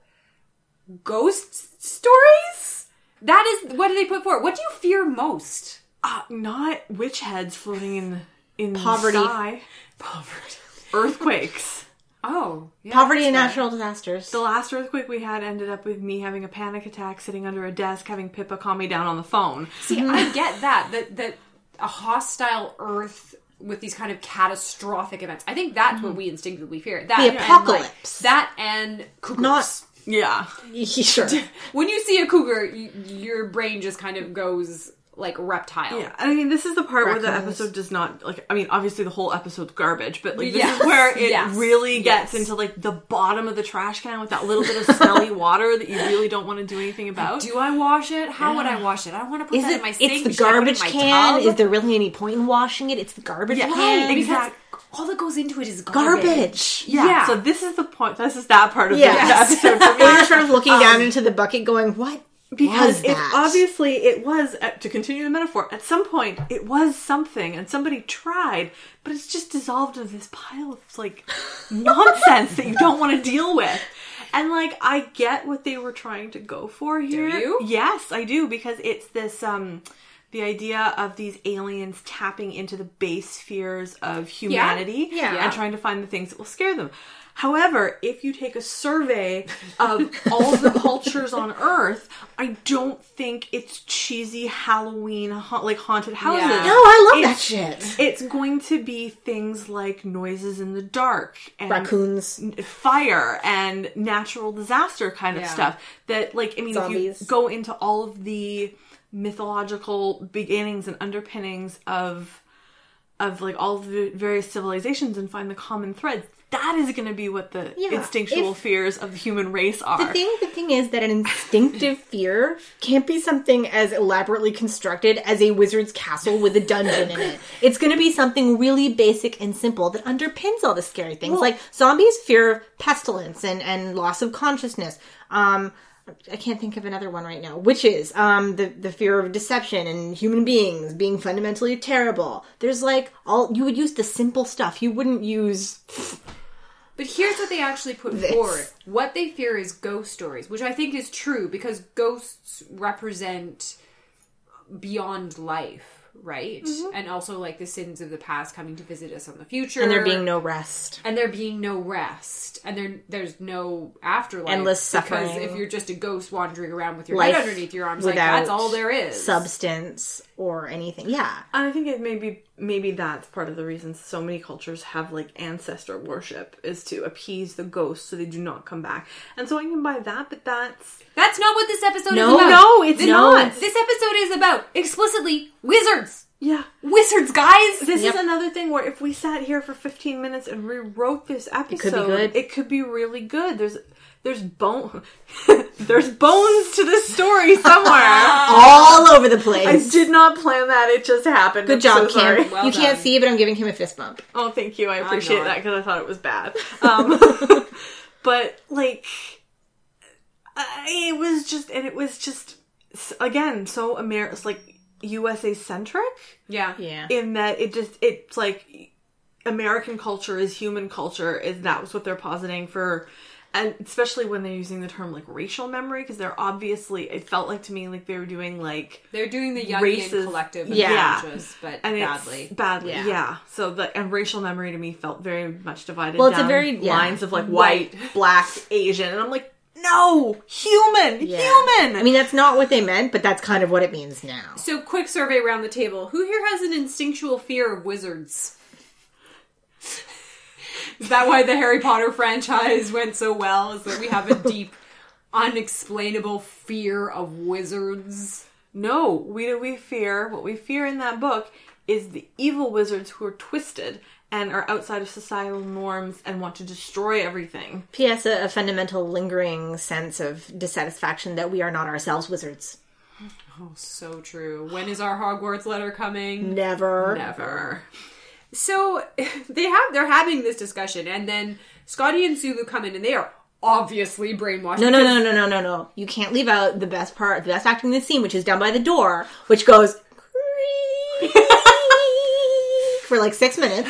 Speaker 1: Ghost s- stories? That is what do they put forward? What do you fear most?
Speaker 3: Uh, not witch heads floating in, in
Speaker 2: Poverty.
Speaker 3: the sky. Poverty. Earthquakes.
Speaker 1: Oh, yeah,
Speaker 2: Poverty
Speaker 1: that's
Speaker 2: and
Speaker 1: fair.
Speaker 2: natural disasters.
Speaker 3: The last earthquake we had ended up with me having a panic attack, sitting under a desk, having Pippa call me down on the phone.
Speaker 1: See, I
Speaker 2: Mm.
Speaker 1: get that that that a hostile Earth with these kind of catastrophic events. I think that's what we instinctively fear. That
Speaker 2: Mm. The
Speaker 1: and, like,
Speaker 2: apocalypse.
Speaker 1: that and cougars.
Speaker 2: Not-
Speaker 3: Yeah.
Speaker 2: sure.
Speaker 1: when you see a cougar, y your brain just kind of goes like reptile.
Speaker 3: Yeah, and I mean, this is the part where the
Speaker 2: Raccoons.
Speaker 3: episode does not like. I mean, obviously the whole episode's garbage, but like this
Speaker 1: Yes.
Speaker 3: is where it
Speaker 1: Yes.
Speaker 3: really gets
Speaker 1: Yes.
Speaker 3: into like the bottom of the trash can with that little bit of smelly water that you really don't want to do anything about.
Speaker 1: Do I wash it? How would I wash it? I don't want to put
Speaker 2: Is
Speaker 1: that
Speaker 2: it?
Speaker 1: in my sink.
Speaker 2: It's the
Speaker 1: Should I put it in
Speaker 2: garbage
Speaker 1: my
Speaker 2: can.
Speaker 1: tub?
Speaker 2: Is there really any point in washing it? It's the garbage
Speaker 3: Yeah.
Speaker 2: can.
Speaker 1: Because
Speaker 3: Exact-
Speaker 1: all that goes into it is garbage.
Speaker 2: Garbage.
Speaker 3: Yeah.
Speaker 1: Yeah.
Speaker 3: So this is the point. This is that part of
Speaker 2: Yeah.
Speaker 3: the episode for me.
Speaker 2: Or you're sort of looking down into the bucket, going, "What
Speaker 3: because
Speaker 2: was
Speaker 3: it
Speaker 2: that?"
Speaker 3: obviously it was uh, to continue the metaphor at some point it was something and somebody tried but it's just dissolved into this pile of like nonsense that you don't want to deal with and like i get what they were trying to go for here
Speaker 1: you?
Speaker 3: yes i do because it's this um the idea of these aliens tapping into the base fears of humanity
Speaker 2: Yeah.
Speaker 3: and trying to find the things that will scare them. However, if you take a survey of all the cultures on Earth, I don't think it's cheesy Halloween, ha- like haunted houses.
Speaker 1: Yeah.
Speaker 2: no, I love that
Speaker 3: It's-
Speaker 2: shit.
Speaker 3: It's going to be things like noises in the dark and
Speaker 2: Raccoons.
Speaker 3: fire and natural disaster kind of
Speaker 1: Yeah.
Speaker 3: stuff that like i mean
Speaker 2: Zombies.
Speaker 3: if you go into all of the mythological beginnings and underpinnings of of like all of the various civilizations and find the common threads that is going to be what the
Speaker 2: Yeah,
Speaker 3: instinctual
Speaker 2: if-
Speaker 3: fears of the human race are
Speaker 2: The thing, the thing is that an instinctive fear can't be something as elaborately constructed as a wizard's castle with a dungeon in it. It's going to be something really basic and simple that underpins all the scary things, like zombies' fear of pestilence and and loss of consciousness. Um, I can't think of another one right now. Witches, um, the the fear of deception and human beings being fundamentally terrible. There's like all you would use the simple stuff. You wouldn't use
Speaker 1: But here's what they actually put forward. What they fear is ghost stories, which I think is true because ghosts represent beyond life, right? And also like the sins of the past coming to visit us on the future.
Speaker 2: Mm-hmm. and there being no rest.
Speaker 1: and there being no rest and there there's no afterlife
Speaker 2: Endless
Speaker 1: because
Speaker 2: suffering.
Speaker 1: if you're just a ghost wandering around with your
Speaker 2: Life
Speaker 1: head underneath your arms like
Speaker 2: without
Speaker 1: that's all there is
Speaker 2: Substance or anything. Yeah.
Speaker 3: And I think it maybe maybe that's part of the reason so many cultures have like ancestor worship is to appease the ghosts so they do not come back. And so I can buy that, but that's
Speaker 1: that's not what this episode
Speaker 2: No.
Speaker 1: is about
Speaker 3: no, it's
Speaker 1: this,
Speaker 3: not.
Speaker 1: this episode is about explicitly wizards
Speaker 3: yeah.
Speaker 1: wizards guys
Speaker 3: This
Speaker 2: Yep.
Speaker 3: is another thing where if we sat here for 15 minutes and rewrote this episode, it
Speaker 2: be good.
Speaker 3: It could be really good. There's there's bone there's bones to this story somewhere.
Speaker 1: Oh.
Speaker 2: All over the
Speaker 3: I
Speaker 2: place.
Speaker 3: did not plan that. It just happened.
Speaker 2: Good job,
Speaker 3: sorry.
Speaker 2: Kim.
Speaker 1: Well
Speaker 2: you can't
Speaker 1: done.
Speaker 2: see, but I'm giving him a fist bump.
Speaker 3: Oh, thank you. I appreciate
Speaker 1: not.
Speaker 3: that because I thought it was bad. Um, but like, I, it was just, and it was just s- again so American, like USA centric
Speaker 1: yeah
Speaker 2: Yeah.
Speaker 3: in that it just it's like American culture is human culture. Is that was what they're positing for. And especially when they're using the term like racial memory, because they're obviously, it felt like to me like they were doing like
Speaker 1: they're doing the Jungian
Speaker 3: Races.
Speaker 1: collective
Speaker 2: Yeah.
Speaker 1: yeah but
Speaker 3: and it's
Speaker 1: badly
Speaker 3: badly,
Speaker 2: Yeah.
Speaker 3: yeah. So the and racial memory to me felt very much divided.
Speaker 2: Well, it's a
Speaker 3: down
Speaker 2: very- yeah.
Speaker 3: lines of like white, black, Asian, and I'm like, no, human,
Speaker 2: Yeah.
Speaker 3: human.
Speaker 2: I mean, that's not what they meant, but that's kind of what it means now.
Speaker 1: so quick survey around the table who here has an instinctual fear of wizards is that why the harry potter franchise went so well is that we have a deep unexplainable fear of wizards
Speaker 3: no, we do we fear what we fear in that book is the evil wizards who are twisted and are outside of societal norms and want to destroy everything.
Speaker 2: P.S. A, a fundamental lingering sense of dissatisfaction that we are not ourselves wizards.
Speaker 1: oh so true when is our hogwarts letter coming
Speaker 2: Never.
Speaker 1: never so they have they're having this discussion and then scotty and sulu come in and they are obviously brainwashed
Speaker 2: No, no, no, no, no, no, no. You can't leave out the best part, the best acting in the scene, which is down by the door, which goes creak for like six minutes.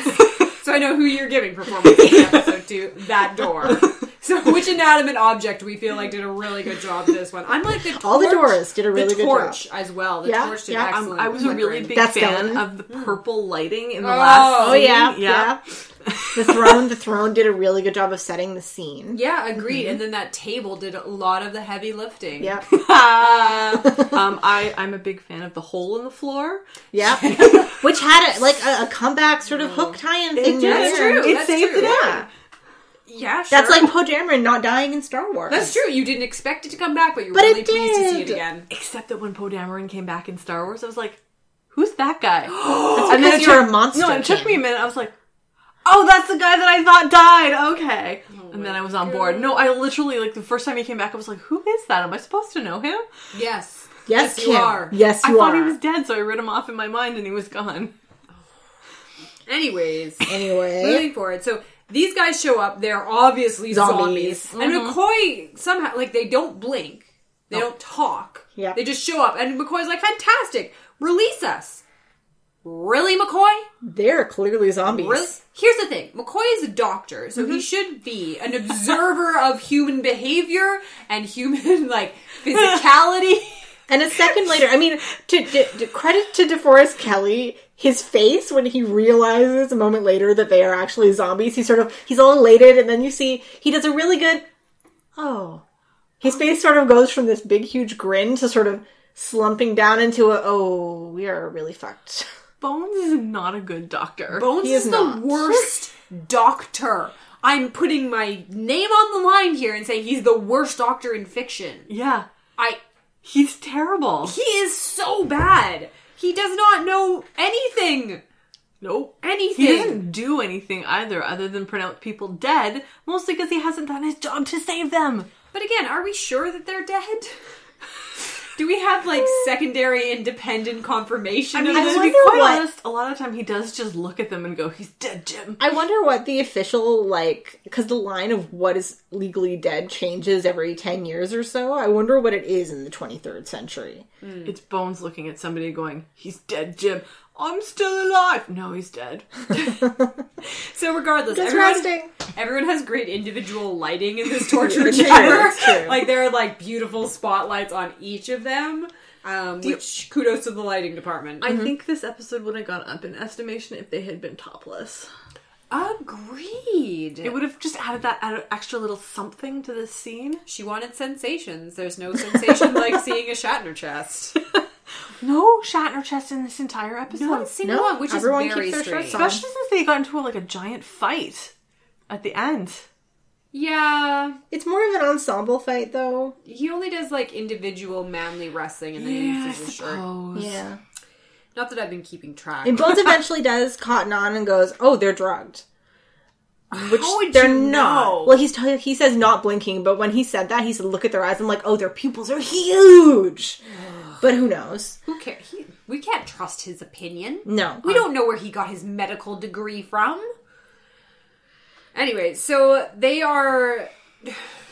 Speaker 1: So I know who you're giving performance in episode two. That door. So which inanimate object we feel like did a really good job this one? I'm like the torch,
Speaker 2: All the doors did a really
Speaker 1: the
Speaker 2: good
Speaker 1: torch
Speaker 2: job.
Speaker 1: as well. The
Speaker 2: Yeah,
Speaker 1: torch did
Speaker 2: yeah.
Speaker 3: Um,
Speaker 1: excellent.
Speaker 3: I was a really
Speaker 1: flickering. Hmm.
Speaker 3: big
Speaker 2: That's
Speaker 3: fan
Speaker 2: done.
Speaker 3: of the purple lighting in the
Speaker 1: Oh.
Speaker 3: last.
Speaker 2: Oh
Speaker 3: scene.
Speaker 2: yeah, yeah. The throne, the throne did a really good job of setting the scene.
Speaker 1: yeah, agreed.
Speaker 2: Mhm.
Speaker 1: And then that table did a lot of the heavy lifting.
Speaker 2: Yep.
Speaker 3: um, I I'm a big fan of the hole in the floor.
Speaker 2: Yep. Which had a, like a, a comeback sort of hook tie-in thing.
Speaker 3: did.
Speaker 1: That's
Speaker 2: there.
Speaker 1: true.
Speaker 3: It
Speaker 1: that's
Speaker 3: saved
Speaker 1: true.
Speaker 3: the day.
Speaker 2: Yeah.
Speaker 1: Yeah, sure.
Speaker 2: That's like Poe Dameron not dying in Star Wars.
Speaker 1: that's true. You didn't expect it to come back, but you're
Speaker 2: But
Speaker 1: really
Speaker 2: it
Speaker 1: pleased to see it
Speaker 2: did.
Speaker 1: again.
Speaker 3: Except that when Poe Dameron came back in Star Wars, I was like, "Who's that guy?"
Speaker 2: And then
Speaker 3: it
Speaker 2: you're
Speaker 3: took-
Speaker 2: a monster.
Speaker 3: No, it took
Speaker 2: Kim.
Speaker 3: me a minute. I was like, "Oh, that's the guy that I thought died." Okay,
Speaker 2: Oh
Speaker 3: and then I was on board. No, I literally like the first time he came back, I was like, "Who is that? Am I supposed to know him?"
Speaker 1: Yes.
Speaker 2: Yes,
Speaker 1: you
Speaker 2: Kim.
Speaker 1: are.
Speaker 2: Yes,
Speaker 3: I
Speaker 2: you
Speaker 3: thought
Speaker 2: are.
Speaker 3: he was dead, so I wrote him off in my mind, and he was gone.
Speaker 1: Anyways.
Speaker 2: anyway.
Speaker 1: Moving forward, so these guys show up. They're obviously zombies,
Speaker 2: Zombies. Mm-hmm.
Speaker 1: and McCoy somehow like they don't blink, they don't talk.
Speaker 2: Yeah.
Speaker 1: they just show up, and McCoy's like, "Fantastic, release us." Really, McCoy?
Speaker 2: They're clearly zombies.
Speaker 1: Really? Here's the thing: McCoy is a doctor, so
Speaker 2: Mm-hmm.
Speaker 1: he should be an observer of human behavior and human like physicality.
Speaker 2: And a second later, I mean, to, to, to credit to DeForest Kelly, his face when he realizes a moment later that they are actually zombies, he's sort of he's all elated, and then you see he does a really good. Oh, his face sort of goes from this big, huge grin to sort of slumping down into a. Oh, we are really fucked.
Speaker 3: Bones is not a good doctor.
Speaker 1: Bones
Speaker 2: He
Speaker 1: is,
Speaker 2: is
Speaker 1: the
Speaker 2: not.
Speaker 1: worst doctor. I'm putting my name on the line here and saying he's the worst doctor in fiction.
Speaker 3: yeah,
Speaker 1: I
Speaker 3: he's terrible.
Speaker 1: He is so bad. He does not know anything.
Speaker 3: nope.
Speaker 1: Anything.
Speaker 3: He doesn't do anything either, other than pronounce people dead, mostly because he hasn't done his job to save them.
Speaker 1: But again, are we sure that they're dead? Do we have like secondary independent confirmation
Speaker 3: I mean,
Speaker 1: of
Speaker 2: I
Speaker 1: this?
Speaker 3: to be
Speaker 2: wonder
Speaker 3: quite
Speaker 2: what-
Speaker 3: honest, a lot of time he does just look at them and go, "He's dead, Jim."
Speaker 2: I wonder what the official like because the line of what is legally dead changes every ten years or so. I wonder what it is in the twenty third century.
Speaker 3: It's Bones looking at somebody going, "He's dead, Jim." I'm still alive. No, he's dead.
Speaker 1: so regardless, everyone,
Speaker 2: Interesting.
Speaker 1: everyone has great individual lighting in this torture
Speaker 2: Yeah,
Speaker 1: chamber.
Speaker 2: that's true.
Speaker 1: Like there are like beautiful spotlights on each of them. Um, which kudos to the lighting department.
Speaker 3: I think this episode would have gone up in estimation if they had been topless.
Speaker 1: agreed.
Speaker 3: It would have just added that added extra little something to this scene.
Speaker 1: she wanted sensations. There's no sensation like seeing a Shatner chest.
Speaker 3: No Shatner chest in this entire episode.
Speaker 1: Not a single
Speaker 2: No,
Speaker 1: one, which is
Speaker 2: everyone
Speaker 1: very
Speaker 2: keeps their shirts
Speaker 1: strange.
Speaker 2: on.
Speaker 3: Especially since they got into like a giant fight at the end.
Speaker 1: Yeah,
Speaker 2: It's more of an ensemble fight though.
Speaker 1: he only does like individual manly wrestling, and then he uses his shirt.
Speaker 3: Oh.
Speaker 2: Yeah.
Speaker 1: Not that I've been keeping track.
Speaker 2: And Bones eventually does cotton on and goes, "Oh, they're drugged." Which
Speaker 1: How would
Speaker 2: they're
Speaker 1: you
Speaker 2: not.
Speaker 1: know?
Speaker 2: Well, he's t- he says not blinking, but when he said that, he said, "Look at their eyes." I'm like, "Oh, their pupils are huge." but who knows?
Speaker 1: Who cares? He, we can't trust his opinion.
Speaker 2: No,
Speaker 1: We don't know where he got his medical degree from. Anyway, so they are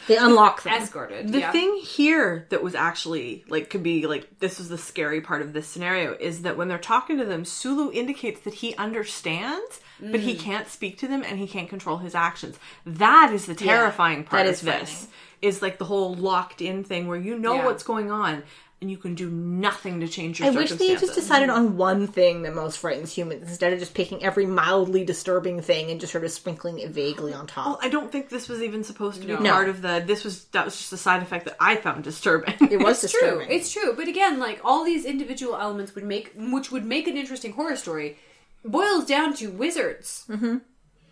Speaker 2: They unlock them.
Speaker 1: escorted.
Speaker 3: The
Speaker 1: yeah.
Speaker 3: thing here that was actually like could be like this was the scary part of this scenario is that when they're talking to them, Sulu indicates that he understands, but he
Speaker 2: Mm.
Speaker 3: can't speak to them and he can't control his actions. That is the terrifying part
Speaker 2: that
Speaker 3: of
Speaker 2: is
Speaker 3: this. Is like the whole locked in thing where you know
Speaker 1: Yeah.
Speaker 3: what's going on and you can do nothing to change your
Speaker 2: I wish they
Speaker 3: circumstances.
Speaker 2: just decided on one thing that most frightens humans instead of just picking every mildly disturbing thing and just sort of sprinkling it vaguely on top.
Speaker 3: Well, I don't think this was even supposed to be
Speaker 1: No.
Speaker 3: part of the. This was that was just a side effect that I found Oh, disturbing.
Speaker 2: it was
Speaker 1: it's true.
Speaker 2: disturbing.
Speaker 1: It's true. But again, like all these individual elements would make, which would make an interesting horror story, boils down to wizards, mm-hmm.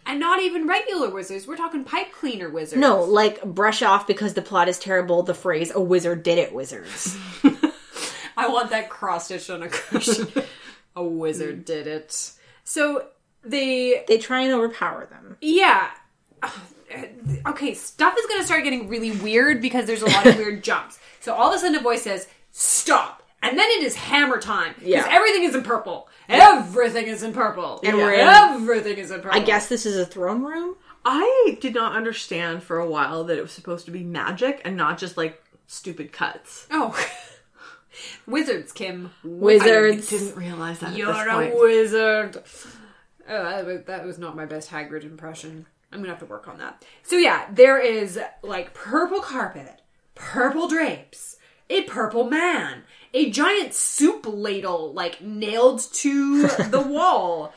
Speaker 1: and not even regular wizards. We're talking pipe cleaner wizards.
Speaker 2: no, like brush off because the plot is terrible. The phrase "a wizard did it" wizards.
Speaker 1: I want that cross stitched on a cushion. a wizard did it. So they
Speaker 2: they try and overpower them.
Speaker 1: Yeah. Okay, stuff is going to start getting really weird because there's a lot of weird jumps. So all of a sudden, a voice says, "Stop," and then it is hammer time because
Speaker 2: Yeah.
Speaker 1: everything is in purple. Everything is in purple, and
Speaker 2: we're in-
Speaker 1: everything is in purple.
Speaker 2: I guess this is a throne room.
Speaker 3: I did not understand for a while that it was supposed to be magic and not just like stupid cuts.
Speaker 1: Oh, wizards, Kim.
Speaker 3: I
Speaker 2: Wizards.
Speaker 3: didn't realize that
Speaker 1: You're
Speaker 3: at
Speaker 1: a
Speaker 3: this point.
Speaker 1: wizard. Oh, that was, that was not my best Hagrid impression. I'm gonna have to work on that. So yeah, there is like purple carpet, purple drapes, a purple man, a giant soup ladle like nailed to the wall.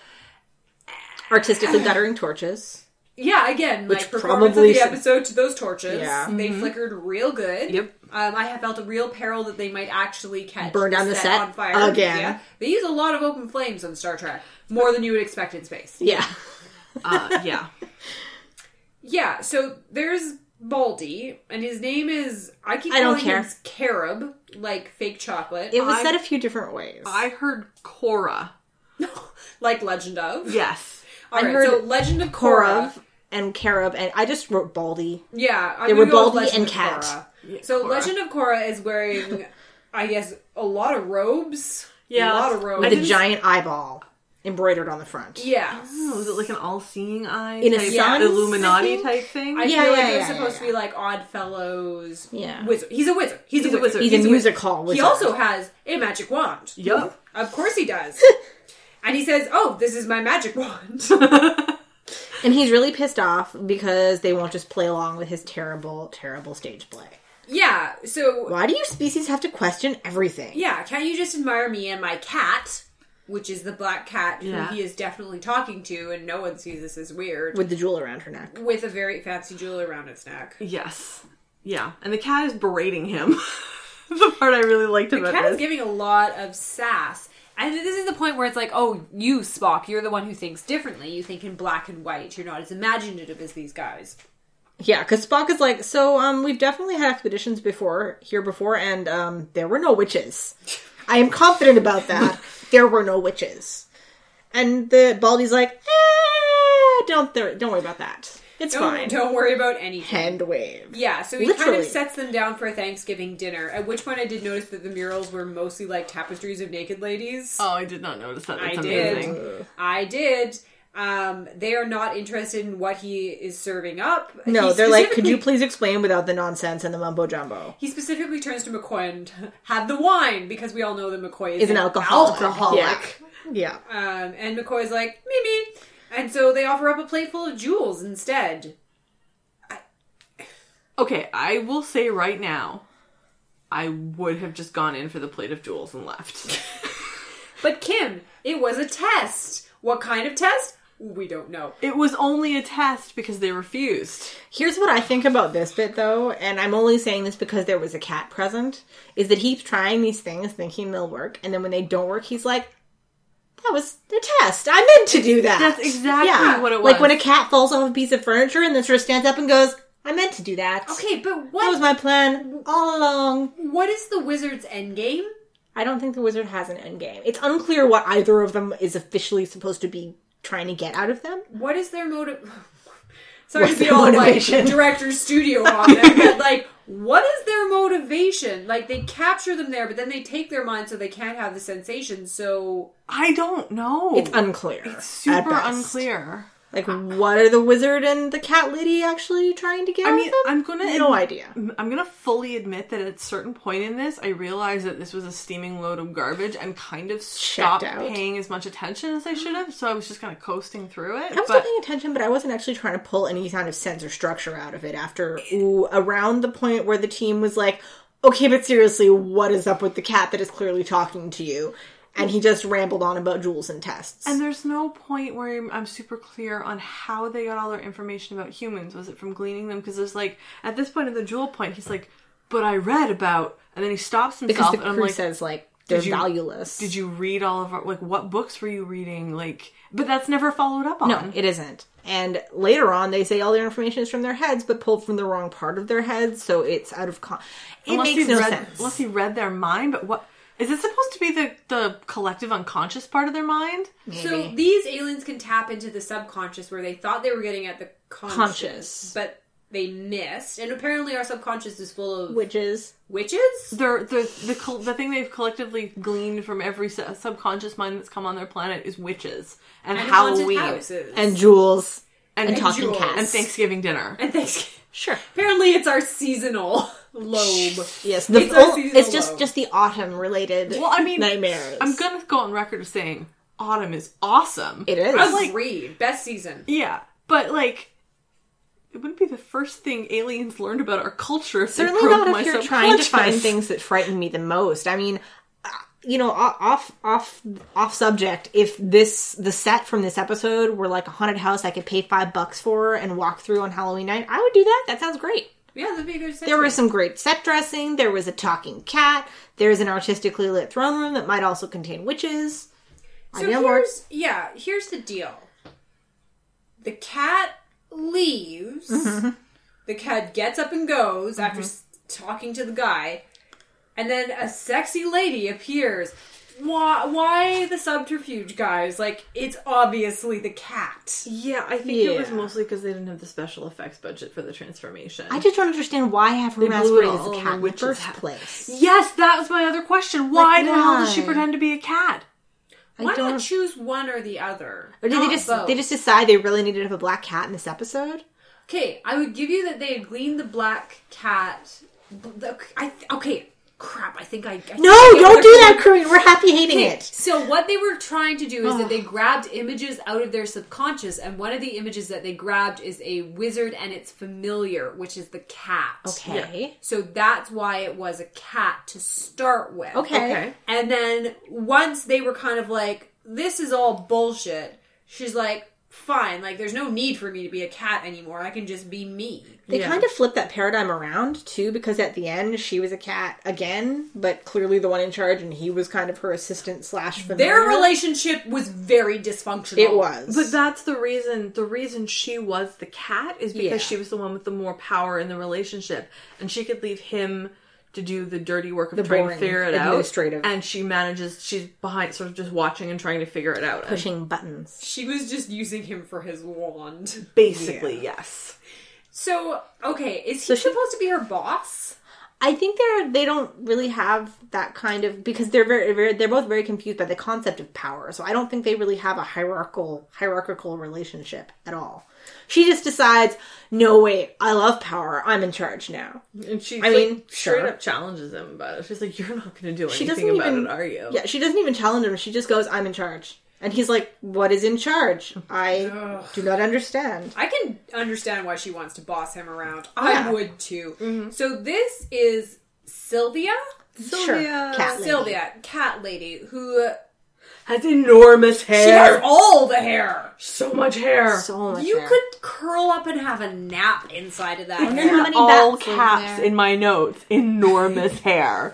Speaker 2: Artistically guttering torches.
Speaker 1: Yeah, again, like performance
Speaker 2: probably
Speaker 1: of the
Speaker 2: should-
Speaker 1: episode to those torches.
Speaker 2: Yeah. Mm-hmm.
Speaker 1: They flickered real good.
Speaker 3: Yep.
Speaker 1: Um, I have felt a real peril that they might actually catch
Speaker 2: Burn down the set
Speaker 1: on fire
Speaker 2: again.
Speaker 1: They use a lot of open flames on Star Trek, more than you would expect in space.
Speaker 2: Yeah.
Speaker 3: Uh, yeah.
Speaker 1: Yeah, so there's Baldy, and his name is I keep
Speaker 2: I
Speaker 1: calling
Speaker 2: don't
Speaker 1: him
Speaker 2: care.
Speaker 1: Carob, like fake chocolate,
Speaker 2: It was
Speaker 3: I-
Speaker 2: said a few different ways.
Speaker 3: I heard Cora.
Speaker 1: like Legend of.
Speaker 3: Yes.
Speaker 1: All
Speaker 2: I
Speaker 1: right,
Speaker 2: heard
Speaker 1: so Legend of Korra.
Speaker 2: Korov and Carob and I just wrote Baldy.
Speaker 1: Yeah, I'm
Speaker 2: They were
Speaker 1: gonna go with
Speaker 2: Baldy
Speaker 1: Legend
Speaker 2: and
Speaker 1: of
Speaker 2: Cat.
Speaker 1: Korra. So
Speaker 3: Korra.
Speaker 1: Legend of Korra is wearing, I guess, a lot of robes.
Speaker 3: Yeah.
Speaker 1: a lot of robes.
Speaker 3: I
Speaker 2: With a
Speaker 3: didn't-
Speaker 2: giant eyeball embroidered on the front.
Speaker 1: yeah,
Speaker 3: Oh, was it like an all-seeing eye
Speaker 2: In a
Speaker 3: type,
Speaker 2: sense,
Speaker 1: I
Speaker 3: Illuminati
Speaker 1: think.
Speaker 3: type thing?
Speaker 1: I
Speaker 2: Yeah,
Speaker 1: feel
Speaker 2: yeah,
Speaker 1: like they're
Speaker 2: yeah,
Speaker 1: supposed
Speaker 2: yeah,
Speaker 1: to be like odd fellows.
Speaker 2: Yeah.
Speaker 1: wizard. He's a wizard. He's,
Speaker 3: He's a wizard.
Speaker 2: He's, a music hall wizard.
Speaker 1: He also has a magic wand.
Speaker 3: Yup.
Speaker 1: Of course he does. and he says, "Oh, this is my magic wand."
Speaker 2: And he's really pissed off because they won't just play along with his terrible, terrible stage play.
Speaker 1: yeah. So
Speaker 2: Why do you species have to question everything?
Speaker 1: yeah, can't you just admire me and my cat, which is the black cat
Speaker 3: Yeah.
Speaker 1: who he is definitely talking to, and no one sees this as weird, with,
Speaker 2: With the jewel around her neck.
Speaker 1: a very fancy jewel around its neck.
Speaker 3: Yes. Yeah. And the cat is berating him. the part I really liked about
Speaker 1: Cat is
Speaker 3: this.
Speaker 1: giving a lot of sass. And this is the point where it's like, oh, you, Spock, you're the one who thinks differently. You think in black and white. You're not as imaginative as these guys.
Speaker 2: Yeah, because Spock is like, so um, we've definitely had expeditions before here before, and um, there were no witches. I am confident about that. there were no witches. And the Baldy's like, eh, don't th- don't worry about that. It's
Speaker 1: Don't,
Speaker 2: fine.
Speaker 1: don't worry about anything.
Speaker 2: Hand wave.
Speaker 1: Yeah, so he kind
Speaker 2: Literally.
Speaker 1: of sets them down for a Thanksgiving dinner. At which point, I did notice that the murals were mostly like tapestries of naked ladies.
Speaker 3: Oh, I did not notice that. That's
Speaker 1: I did.
Speaker 3: amazing.
Speaker 1: I did. Um, they are not interested in what he is serving up.
Speaker 2: No,
Speaker 1: He
Speaker 2: they're like, could you
Speaker 1: specifically-
Speaker 2: please explain without the nonsense and the mumbo jumbo?
Speaker 1: He specifically turns to McCoy and had the wine because we all know that McCoy is,
Speaker 2: Is an alcoholic.
Speaker 1: alcoholic.
Speaker 2: Yeah.
Speaker 1: Um, and McCoy's like, Mimi. And so they offer up a plate full of jewels instead.
Speaker 3: Okay, I will say right now, I would have just gone in for the plate of jewels and left.
Speaker 1: But Kim, it was a test. What kind of test? We don't know.
Speaker 3: it was only a test because they refused.
Speaker 2: Here's what I think about this bit though, and I'm only saying this because there was a cat present, is that he's trying these things thinking they'll work, and then when they don't work, he's like, that was a test. I meant to do that.
Speaker 3: That's exactly what it was.
Speaker 2: Like when a cat falls off a piece of furniture and then sort of stands up and goes, I meant to do that.
Speaker 1: Okay, but
Speaker 2: That
Speaker 1: what
Speaker 2: was my plan all along.
Speaker 1: what is the wizard's end game?
Speaker 2: I don't think the wizard has an end game. It's unclear what either of them is officially supposed to be trying to get out of them.
Speaker 1: What is their motive? Sorry
Speaker 2: What's
Speaker 1: to be
Speaker 2: their
Speaker 1: all
Speaker 2: motivation?
Speaker 1: like director's studio on them, but like, what is their motivation? Like, they capture them there, but then they take their mind so they can't have the sensation. So
Speaker 3: I don't know.
Speaker 2: It's unclear. It's
Speaker 3: super unclear.
Speaker 2: Like, what are the wizard and the cat lady actually trying to get?
Speaker 3: I
Speaker 2: out
Speaker 3: mean,
Speaker 2: of them?
Speaker 3: I'm gonna
Speaker 2: no idea.
Speaker 3: I'm gonna fully admit that at a certain point in this, I realized that this was a steaming load of garbage and kind of stopped
Speaker 2: out.
Speaker 3: paying as much attention as I should have. So I was just kind of coasting through it.
Speaker 2: I was still
Speaker 3: but
Speaker 2: paying attention, but I wasn't actually trying to pull any kind of sense or structure out of it. After ooh, around the point where the team was like, "Okay, but seriously, what is up with the cat that is clearly talking to you?" and he just rambled on about jewels and tests.
Speaker 3: and there's no point where I'm, I'm super clear on how they got all their information about humans. Was it from gleaning them? Because there's like at this point in the jewel point, he's like, "But I read about," and then he stops
Speaker 2: because
Speaker 3: himself,
Speaker 2: the
Speaker 3: and I'm
Speaker 2: crew
Speaker 3: like,
Speaker 2: says like they're
Speaker 3: you-
Speaker 2: valueless.
Speaker 3: "Did you read all of our like what books were you reading?" Like, but that's never followed up on.
Speaker 2: No, it isn't. And later on, they say all their information is from their heads, but pulled from the wrong part of their heads, so it's out of con. It
Speaker 3: unless
Speaker 2: makes
Speaker 3: he
Speaker 2: no
Speaker 3: read,
Speaker 2: sense.
Speaker 3: Unless he read their mind, but what is it supposed to be the the collective unconscious part of their mind?
Speaker 1: so these aliens can tap into the subconscious where they thought they were getting at the conscious,
Speaker 2: Conscious.
Speaker 1: but they missed. And apparently, our subconscious is full of
Speaker 2: Which is
Speaker 1: witches.
Speaker 3: Their the the col- the thing they've collectively gleaned from every su- subconscious mind that's come on their planet is witches and,
Speaker 1: and haunted
Speaker 3: Halloween
Speaker 1: houses.
Speaker 2: and jewels
Speaker 3: and,
Speaker 2: and, talking
Speaker 1: jewels.
Speaker 2: cats
Speaker 3: and Thanksgiving dinner.
Speaker 1: and Thanksgiving.
Speaker 2: Sure.
Speaker 1: Apparently, it's our seasonal lobe.
Speaker 2: Yes, the
Speaker 1: It's
Speaker 2: it's,
Speaker 1: our seasonal
Speaker 2: it's just
Speaker 1: low.
Speaker 2: just the autumn related.
Speaker 3: well, I mean,
Speaker 2: nightmares.
Speaker 3: I'm gonna go on record as saying autumn is awesome.
Speaker 2: It is.
Speaker 1: Agreed. Best season.
Speaker 3: Yeah, but like. It wouldn't be the first thing aliens learned about our culture. If they
Speaker 2: certainly
Speaker 3: probed
Speaker 2: not
Speaker 3: my
Speaker 2: if you're trying to find
Speaker 3: subconscious.
Speaker 2: things that frighten me the most. I mean, uh, you know, o- off off off subject. If this the set from this episode were like a haunted house, I could pay five bucks for and walk through on Halloween night. I would do that. That sounds great.
Speaker 1: Yeah, that'd be a good.
Speaker 2: There was some great set dressing. There was a talking cat. There's an artistically lit throne room that might also contain witches.
Speaker 1: So
Speaker 2: Idea
Speaker 1: here's
Speaker 2: works.
Speaker 1: yeah, here's the deal. The cat leaves.
Speaker 2: Mm-hmm.
Speaker 1: The cat gets up and goes after s- talking to the guy, and then a sexy lady appears. Why, why the subterfuge, guys? Like it's obviously the cat.
Speaker 3: Yeah, I think it was
Speaker 2: Yeah.
Speaker 3: mostly because they didn't have the special effects budget for the transformation.
Speaker 2: I just don't understand why have her
Speaker 3: blew it
Speaker 2: masquerade as
Speaker 3: all
Speaker 2: a
Speaker 3: in
Speaker 2: cat
Speaker 3: the
Speaker 2: in the
Speaker 3: witch's
Speaker 2: first
Speaker 3: hat.
Speaker 2: place.
Speaker 3: yes, that was my other question. Why
Speaker 2: Like,
Speaker 3: the hell does she
Speaker 2: why?
Speaker 3: pretend to be a cat?
Speaker 1: Why
Speaker 2: I
Speaker 1: not
Speaker 2: don't.
Speaker 1: choose one or the other?
Speaker 2: Or did they
Speaker 1: Not
Speaker 2: just
Speaker 1: both.
Speaker 2: they just decide they really needed to have a black cat in this episode?
Speaker 1: Okay, I would give you that they had gleaned the black cat. The, I, okay, crap. I think I. I think
Speaker 2: No,
Speaker 1: I get
Speaker 2: don't
Speaker 1: what
Speaker 2: do
Speaker 1: they're
Speaker 2: that, Corinne. We're happy hating
Speaker 1: Okay,
Speaker 2: it.
Speaker 1: So what they were trying to do is that they grabbed images out of their subconscious, and one of the images that they grabbed is a wizard and its familiar, which is the cat.
Speaker 2: Okay.
Speaker 1: So that's why it was a cat to start with.
Speaker 2: Okay.
Speaker 3: Okay.
Speaker 1: And then once they were kind of like, this is all bullshit, she's like, fine, like there's no need for me to be a cat anymore. I can just be me.
Speaker 2: They
Speaker 3: Yeah.
Speaker 2: kind of flipped that paradigm around too, because at the end she was a cat again, but clearly the one in charge, and he was kind of her assistant slash familiar.
Speaker 1: Their relationship was very dysfunctional.
Speaker 2: It was,
Speaker 3: But that's the reason. The reason she was the cat is because
Speaker 2: Yeah.
Speaker 3: she was the one with the more power in the relationship, and she could leave him to do the dirty work of
Speaker 2: The
Speaker 3: trying to
Speaker 2: boring
Speaker 3: figure it
Speaker 2: administrative.
Speaker 3: out. And she manages, she's behind, sort of just watching and trying to figure it out. And
Speaker 2: pushing buttons.
Speaker 1: She was just using him for his wand.
Speaker 3: basically, yes.
Speaker 1: So, okay, is he
Speaker 2: she-
Speaker 1: supposed to be her boss?
Speaker 2: I think they're they don't really have that kind of because they're very, very they're both very confused by the concept of power. So I don't think they really have a hierarchical hierarchical relationship at all. She just decides, no wait, I love power. I'm in charge now.
Speaker 3: And she,
Speaker 2: I
Speaker 3: like,
Speaker 2: mean,
Speaker 3: straight
Speaker 2: sure.
Speaker 3: up challenges him about it. She's like, "You're not going to do
Speaker 2: She
Speaker 3: anything
Speaker 2: doesn't
Speaker 3: about
Speaker 2: even-
Speaker 3: it, are you?"
Speaker 2: Yeah, she doesn't even challenge him. She just goes, I'm in charge. And he's like, what is in charge? I do not understand.
Speaker 1: I can understand why she wants to boss him around. I
Speaker 2: Yeah. Mm-hmm.
Speaker 1: would too. So, this is Sylvia?
Speaker 2: Sure, cat lady.
Speaker 1: Sylvia, cat lady, who uh,
Speaker 3: Has enormous
Speaker 1: she has
Speaker 3: hair.
Speaker 1: all the hair.
Speaker 3: so much hair.
Speaker 2: So much
Speaker 1: You
Speaker 2: hair.
Speaker 1: could curl up and have a nap inside of that.
Speaker 2: wonder how
Speaker 1: hair.
Speaker 2: many
Speaker 3: all
Speaker 2: bats in
Speaker 3: caps
Speaker 2: there.
Speaker 3: in my notes. Enormous hair.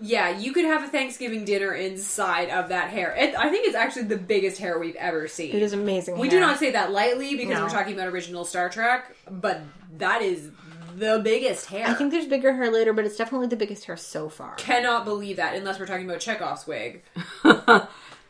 Speaker 1: Yeah, you could have a Thanksgiving dinner inside of that hair. It, I think it's actually the biggest hair we've ever seen.
Speaker 2: It is amazing.
Speaker 1: We
Speaker 2: hair.
Speaker 1: do not say that lightly because
Speaker 2: No.
Speaker 1: we're talking about original Star Trek, but that is the biggest hair.
Speaker 2: I think there's bigger hair later, but it's definitely the biggest hair so far.
Speaker 1: cannot believe that unless we're talking about Chekhov's wig.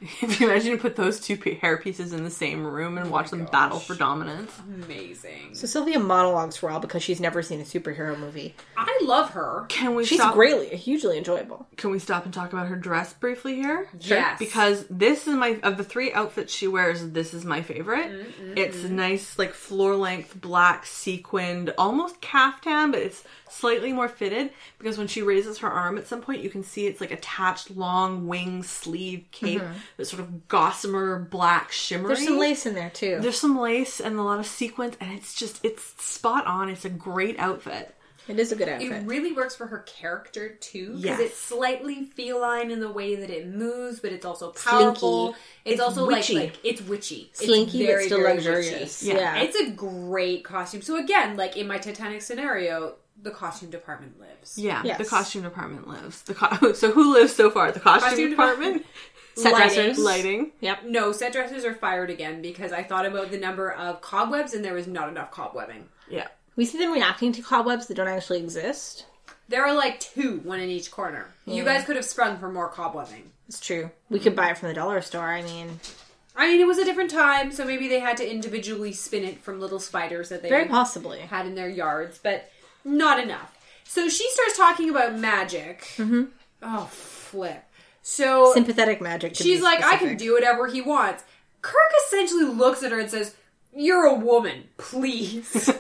Speaker 3: If you imagine to put those two pe- hair pieces in the same room and watch them battle for dominance.
Speaker 1: Amazing.
Speaker 2: So Sylvia monologues for all because she's never seen a superhero movie.
Speaker 1: I love her.
Speaker 3: Can we
Speaker 2: She's
Speaker 3: stop?
Speaker 2: greatly, hugely enjoyable.
Speaker 3: Can we stop and talk about her dress briefly here?
Speaker 1: Yes.
Speaker 3: Because this is my of the three outfits she wears. This is my favorite.
Speaker 2: Mm-hmm.
Speaker 3: It's a nice, like floor length black sequined, almost caftan, but it's slightly more fitted because when she raises her arm at some point, you can see it's like attached long wing sleeve cape that's sort of gossamer black shimmery.
Speaker 2: Mm-hmm. There's some lace in there too.
Speaker 3: There's some lace and a lot of sequins, and it's just it's spot on. It's a great outfit.
Speaker 2: it is a good outfit.
Speaker 1: It really works for her character too because
Speaker 3: Yes.
Speaker 1: it's slightly feline in the way that it moves, but it's also powerful.
Speaker 2: Slinky.
Speaker 1: It's, also
Speaker 3: witchy.
Speaker 1: like like it's witchy, It's
Speaker 2: Slinky, but
Speaker 1: very,
Speaker 2: still
Speaker 1: very
Speaker 2: luxurious.
Speaker 1: witchy.
Speaker 2: Yeah.
Speaker 3: Yeah.
Speaker 1: It's a great costume. So again, like in my Titanic scenario, the costume department lives.
Speaker 3: Yeah, the
Speaker 2: Yes.
Speaker 3: costume department lives. The co- so who lives so far? The costume,
Speaker 1: Costume
Speaker 3: department,
Speaker 2: Set
Speaker 1: Lighting.
Speaker 2: dressers.
Speaker 3: lighting.
Speaker 2: Yep.
Speaker 1: No, set dresses are fired again because I thought about the number of cobwebs and there was not enough cobwebbing.
Speaker 3: Yeah,
Speaker 2: We see them reacting to cobwebs that don't actually exist.
Speaker 1: There are like two, one in each corner. You guys could have sprung for more cobwebbing.
Speaker 2: It's true. We could buy it from the dollar store. I mean,
Speaker 1: I mean, it was a different time, so maybe they had to individually spin it from little spiders that they
Speaker 2: very possibly.
Speaker 1: had in their yards, but not enough. So she starts talking about magic. Mm-hmm. Oh, flip. So
Speaker 2: Sympathetic magic. To
Speaker 1: she's
Speaker 2: be
Speaker 1: like, I can
Speaker 2: specific.
Speaker 1: do whatever he wants. Kirk essentially looks at her and says, You're a woman, please.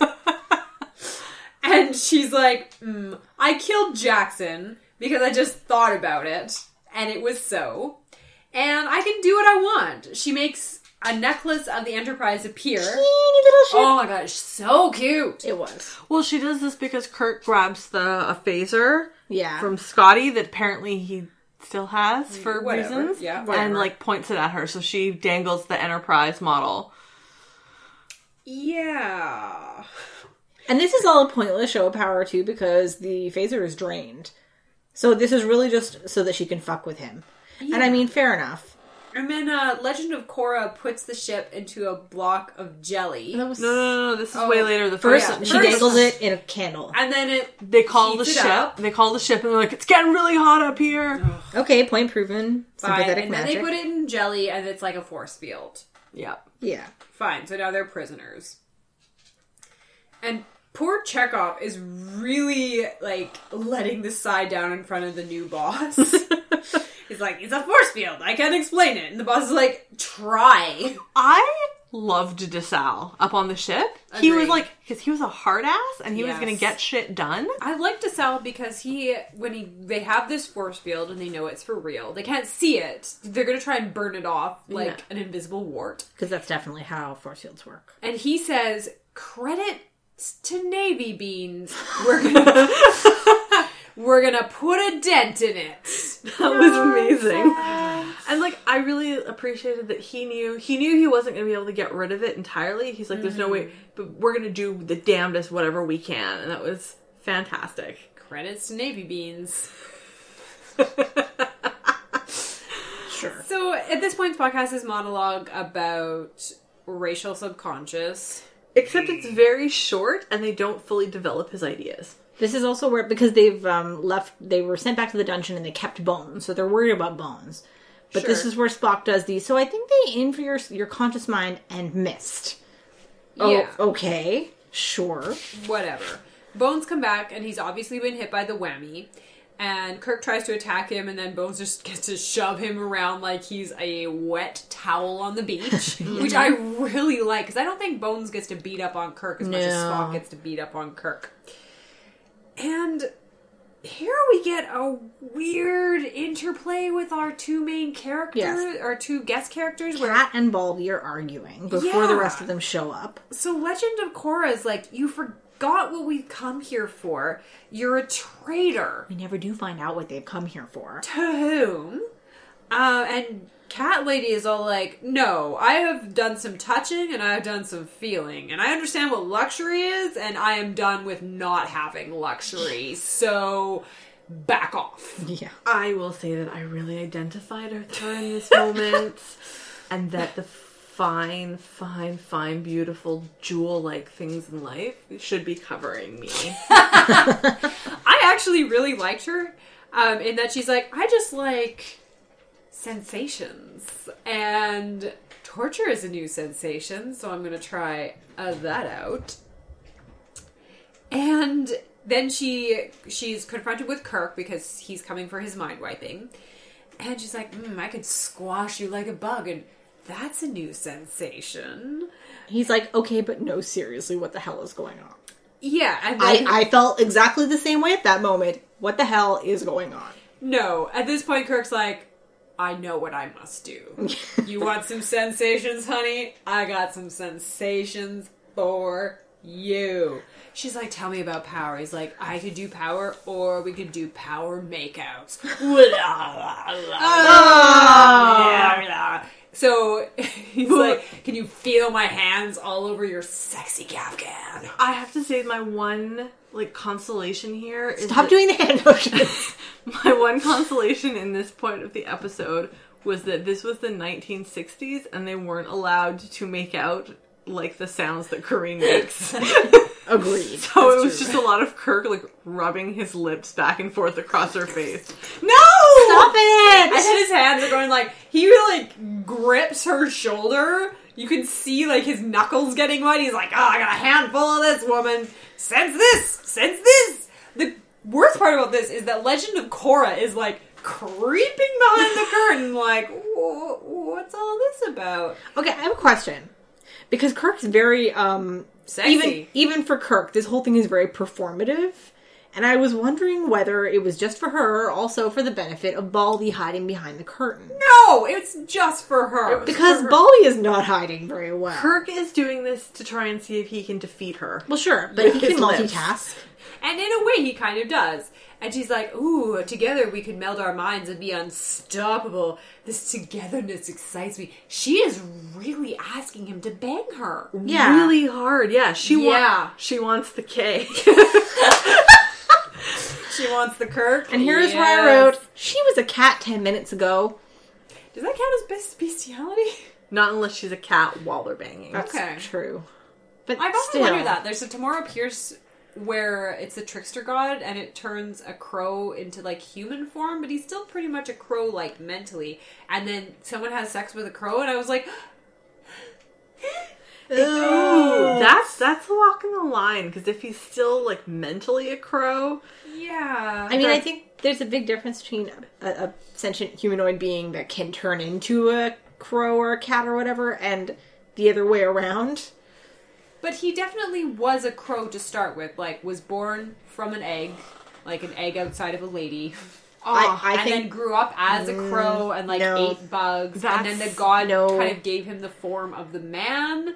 Speaker 1: and she's like, mm, I killed Jackson because I just thought about it, and it was so. And I can do what I want. She makes a necklace of the Enterprise appear.
Speaker 2: teeny little shit.
Speaker 1: Oh my god, it's so cute.
Speaker 2: It was.
Speaker 3: Well, she does this because Kirk grabs the a phaser
Speaker 2: Yeah.
Speaker 3: from Scotty that apparently he still has for
Speaker 1: Whatever.
Speaker 3: reasons.
Speaker 1: Yeah.
Speaker 3: and
Speaker 2: Whatever.
Speaker 3: like points it at her, so she dangles the Enterprise model.
Speaker 1: Yeah.
Speaker 2: And this is all a pointless show of power too because the phaser is drained. So this is really just so that she can fuck with him. And I mean, fair enough.
Speaker 1: And then uh, Legend of Korra puts the ship into a block of jelly.
Speaker 2: That was
Speaker 3: No, no, no, no, Uh, this is way later. The first,
Speaker 2: first.
Speaker 1: Oh, yeah.
Speaker 2: She
Speaker 1: First-
Speaker 2: dangles it in a candle.
Speaker 1: And then it
Speaker 3: they call the
Speaker 1: Heats it
Speaker 3: ship.
Speaker 1: up.
Speaker 3: They call the ship, and they're like, "It's getting really hot up here."
Speaker 2: Okay, point proven.
Speaker 1: fine,
Speaker 2: Sympathetic
Speaker 1: and then
Speaker 2: magic.
Speaker 1: they put it in jelly, and it's like a force field.
Speaker 3: Yeah,
Speaker 2: yeah.
Speaker 1: Fine, so now they're prisoners. And poor Chekhov is really like letting the side down in front of the new boss. He's like, "It's a force field. I can't explain it." And the boss is like, "Try."
Speaker 3: I loved DeSalle up on the ship. He was
Speaker 1: Agreed.
Speaker 3: like, because he was a hard ass and he was going
Speaker 1: Yes.
Speaker 3: to get shit done.
Speaker 1: I like DeSalle because he, when he, they have this force field and they know it's for real. They can't see it. They're gonna try and burn it off like
Speaker 3: Yeah.
Speaker 1: an invisible wart.
Speaker 2: Because that's definitely how force fields work.
Speaker 1: And he says, "Credit to Navy beans. We're gonna, we're gonna put a dent in it."
Speaker 3: That was amazing. And like, I really appreciated that he knew he knew he wasn't going to be able to get rid of it entirely. He's like, there's no way, but we're going to do the damnedest whatever we can, and that was fantastic.
Speaker 1: Credits to Navy beans.
Speaker 2: Sure.
Speaker 1: So at this point, the podcast is monologue about racial subconscious.
Speaker 3: Except it's very short, and they don't fully develop his ideas.
Speaker 2: This is also where because they've um, left, they were sent back to the dungeon and they kept Bones, so they're worried about Bones. But this
Speaker 1: Sure.
Speaker 2: is where Spock does these. So I think they aim for your your conscious mind and missed.
Speaker 1: yeah.
Speaker 2: Oh, okay, sure.
Speaker 1: whatever. Bones come back and he's obviously been hit by the whammy. And Kirk tries to attack him, and then Bones just gets to shove him around like he's a wet towel on the beach, which I really like because I don't think Bones gets to beat up on Kirk as much as
Speaker 2: No.
Speaker 1: Spock gets to beat up on Kirk. And here we get a weird interplay with our two main characters,
Speaker 2: Yes.
Speaker 1: our two guest characters, where
Speaker 2: Rat and Baldy are arguing before the
Speaker 1: Yeah.
Speaker 2: rest of them show up.
Speaker 1: so Legend of Korra is like you forgot what we've come here for. You're a traitor
Speaker 2: We never do find out what they've come here for.
Speaker 1: to whom? Uh, and Cat Lady is all like, "No, I have done some touching and I have done some feeling, and I understand what luxury is, and I am done with not having luxury. So back off."
Speaker 2: Yeah.
Speaker 3: I will say that I really identified with her in this moment, and that the fine, fine, fine, beautiful jewel-like things in life should be covering me.
Speaker 1: I actually really liked her um, in that she's like, I just like sensations. And torture is a new sensation, so I'm going to try uh, that out. And then she she's confronted with Kirk because he's coming for his mind wiping. And she's like, mm, I could squash you like a bug, and that's a new sensation.
Speaker 2: He's like, okay, but no, seriously, what the hell is going on?
Speaker 1: Yeah, and
Speaker 2: I,
Speaker 1: then
Speaker 2: I felt exactly the same way at that moment. What the hell is going on?
Speaker 1: No, at this point, Kirk's like, I know what I must do. you want some sensations, honey? I got some sensations for you. She's like, Tell me about power. He's like, I could do power, or we could do power makeouts. so he's like, Can you feel my hands all over your sexy Afghan?
Speaker 3: I have to say, my one like consolation here is
Speaker 2: Stop
Speaker 3: that-
Speaker 2: doing the hand motions.
Speaker 3: my one consolation in this point of the episode was that this was the 1960s and they weren't allowed to make out like the sounds that Corrine makes.
Speaker 2: Agreed.
Speaker 3: So it was just a lot of Kirk like rubbing his lips back and forth across her face.
Speaker 1: No!
Speaker 2: Stop it!
Speaker 1: And then his hands are going like he like grips her shoulder. You can see like his knuckles getting wet. He's like, "Oh, I got a handful of this woman. Sense this, sense this." The worst part about this is that Legend of Korra is like creeping behind the curtain, like, "Wha- "What's all this about?"
Speaker 2: Okay, I have a question. Because Kirk's very um
Speaker 1: Sexy.
Speaker 2: even even for Kirk, this whole thing is very performative. And I was wondering whether it was just for her or also for the benefit of Baldy hiding behind the curtain.
Speaker 1: No, it's just for her.
Speaker 2: Because Baldy is not hiding very well.
Speaker 3: Kirk is doing this to try and see if he can defeat her.
Speaker 2: well sure, but he
Speaker 3: With
Speaker 2: can
Speaker 3: his lips.
Speaker 2: multitask.
Speaker 1: And in a way, he kind of does. And she's like, Ooh, together we can meld our minds and be unstoppable. This togetherness excites me. She is really asking him to bang her.
Speaker 2: Yeah.
Speaker 3: Really hard. Yeah, she wa-
Speaker 1: Yeah.
Speaker 3: she wants the K.
Speaker 1: She wants the Kirk.
Speaker 2: And here's where I wrote, she was a cat ten minutes ago.
Speaker 1: Does that count as best bestiality?
Speaker 3: Not unless she's a cat while they're banging.
Speaker 2: That's
Speaker 1: Okay.
Speaker 2: true. But
Speaker 1: I've often
Speaker 2: still,
Speaker 1: wondered that. There's a Tamora Pierce where it's a trickster god and it turns a crow into like human form, but he's still pretty much a crow like mentally. And then someone has sex with a crow, and I was like,
Speaker 2: Ooh.
Speaker 3: That's that's walking the line because if he's still like mentally a crow,
Speaker 1: Yeah.
Speaker 2: I mean, I think there's a big difference between a, a sentient humanoid being that can turn into a crow or a cat or whatever, and the other way around.
Speaker 1: But he definitely was a crow to start with. Like, was born from an egg, like an egg outside of a lady.
Speaker 2: I, I
Speaker 1: and
Speaker 2: think Mm,
Speaker 1: then grew up as a crow and like
Speaker 2: no.
Speaker 1: ate bugs. And then the
Speaker 3: That's-
Speaker 1: god
Speaker 2: no.
Speaker 1: kind of gave him the form of the man.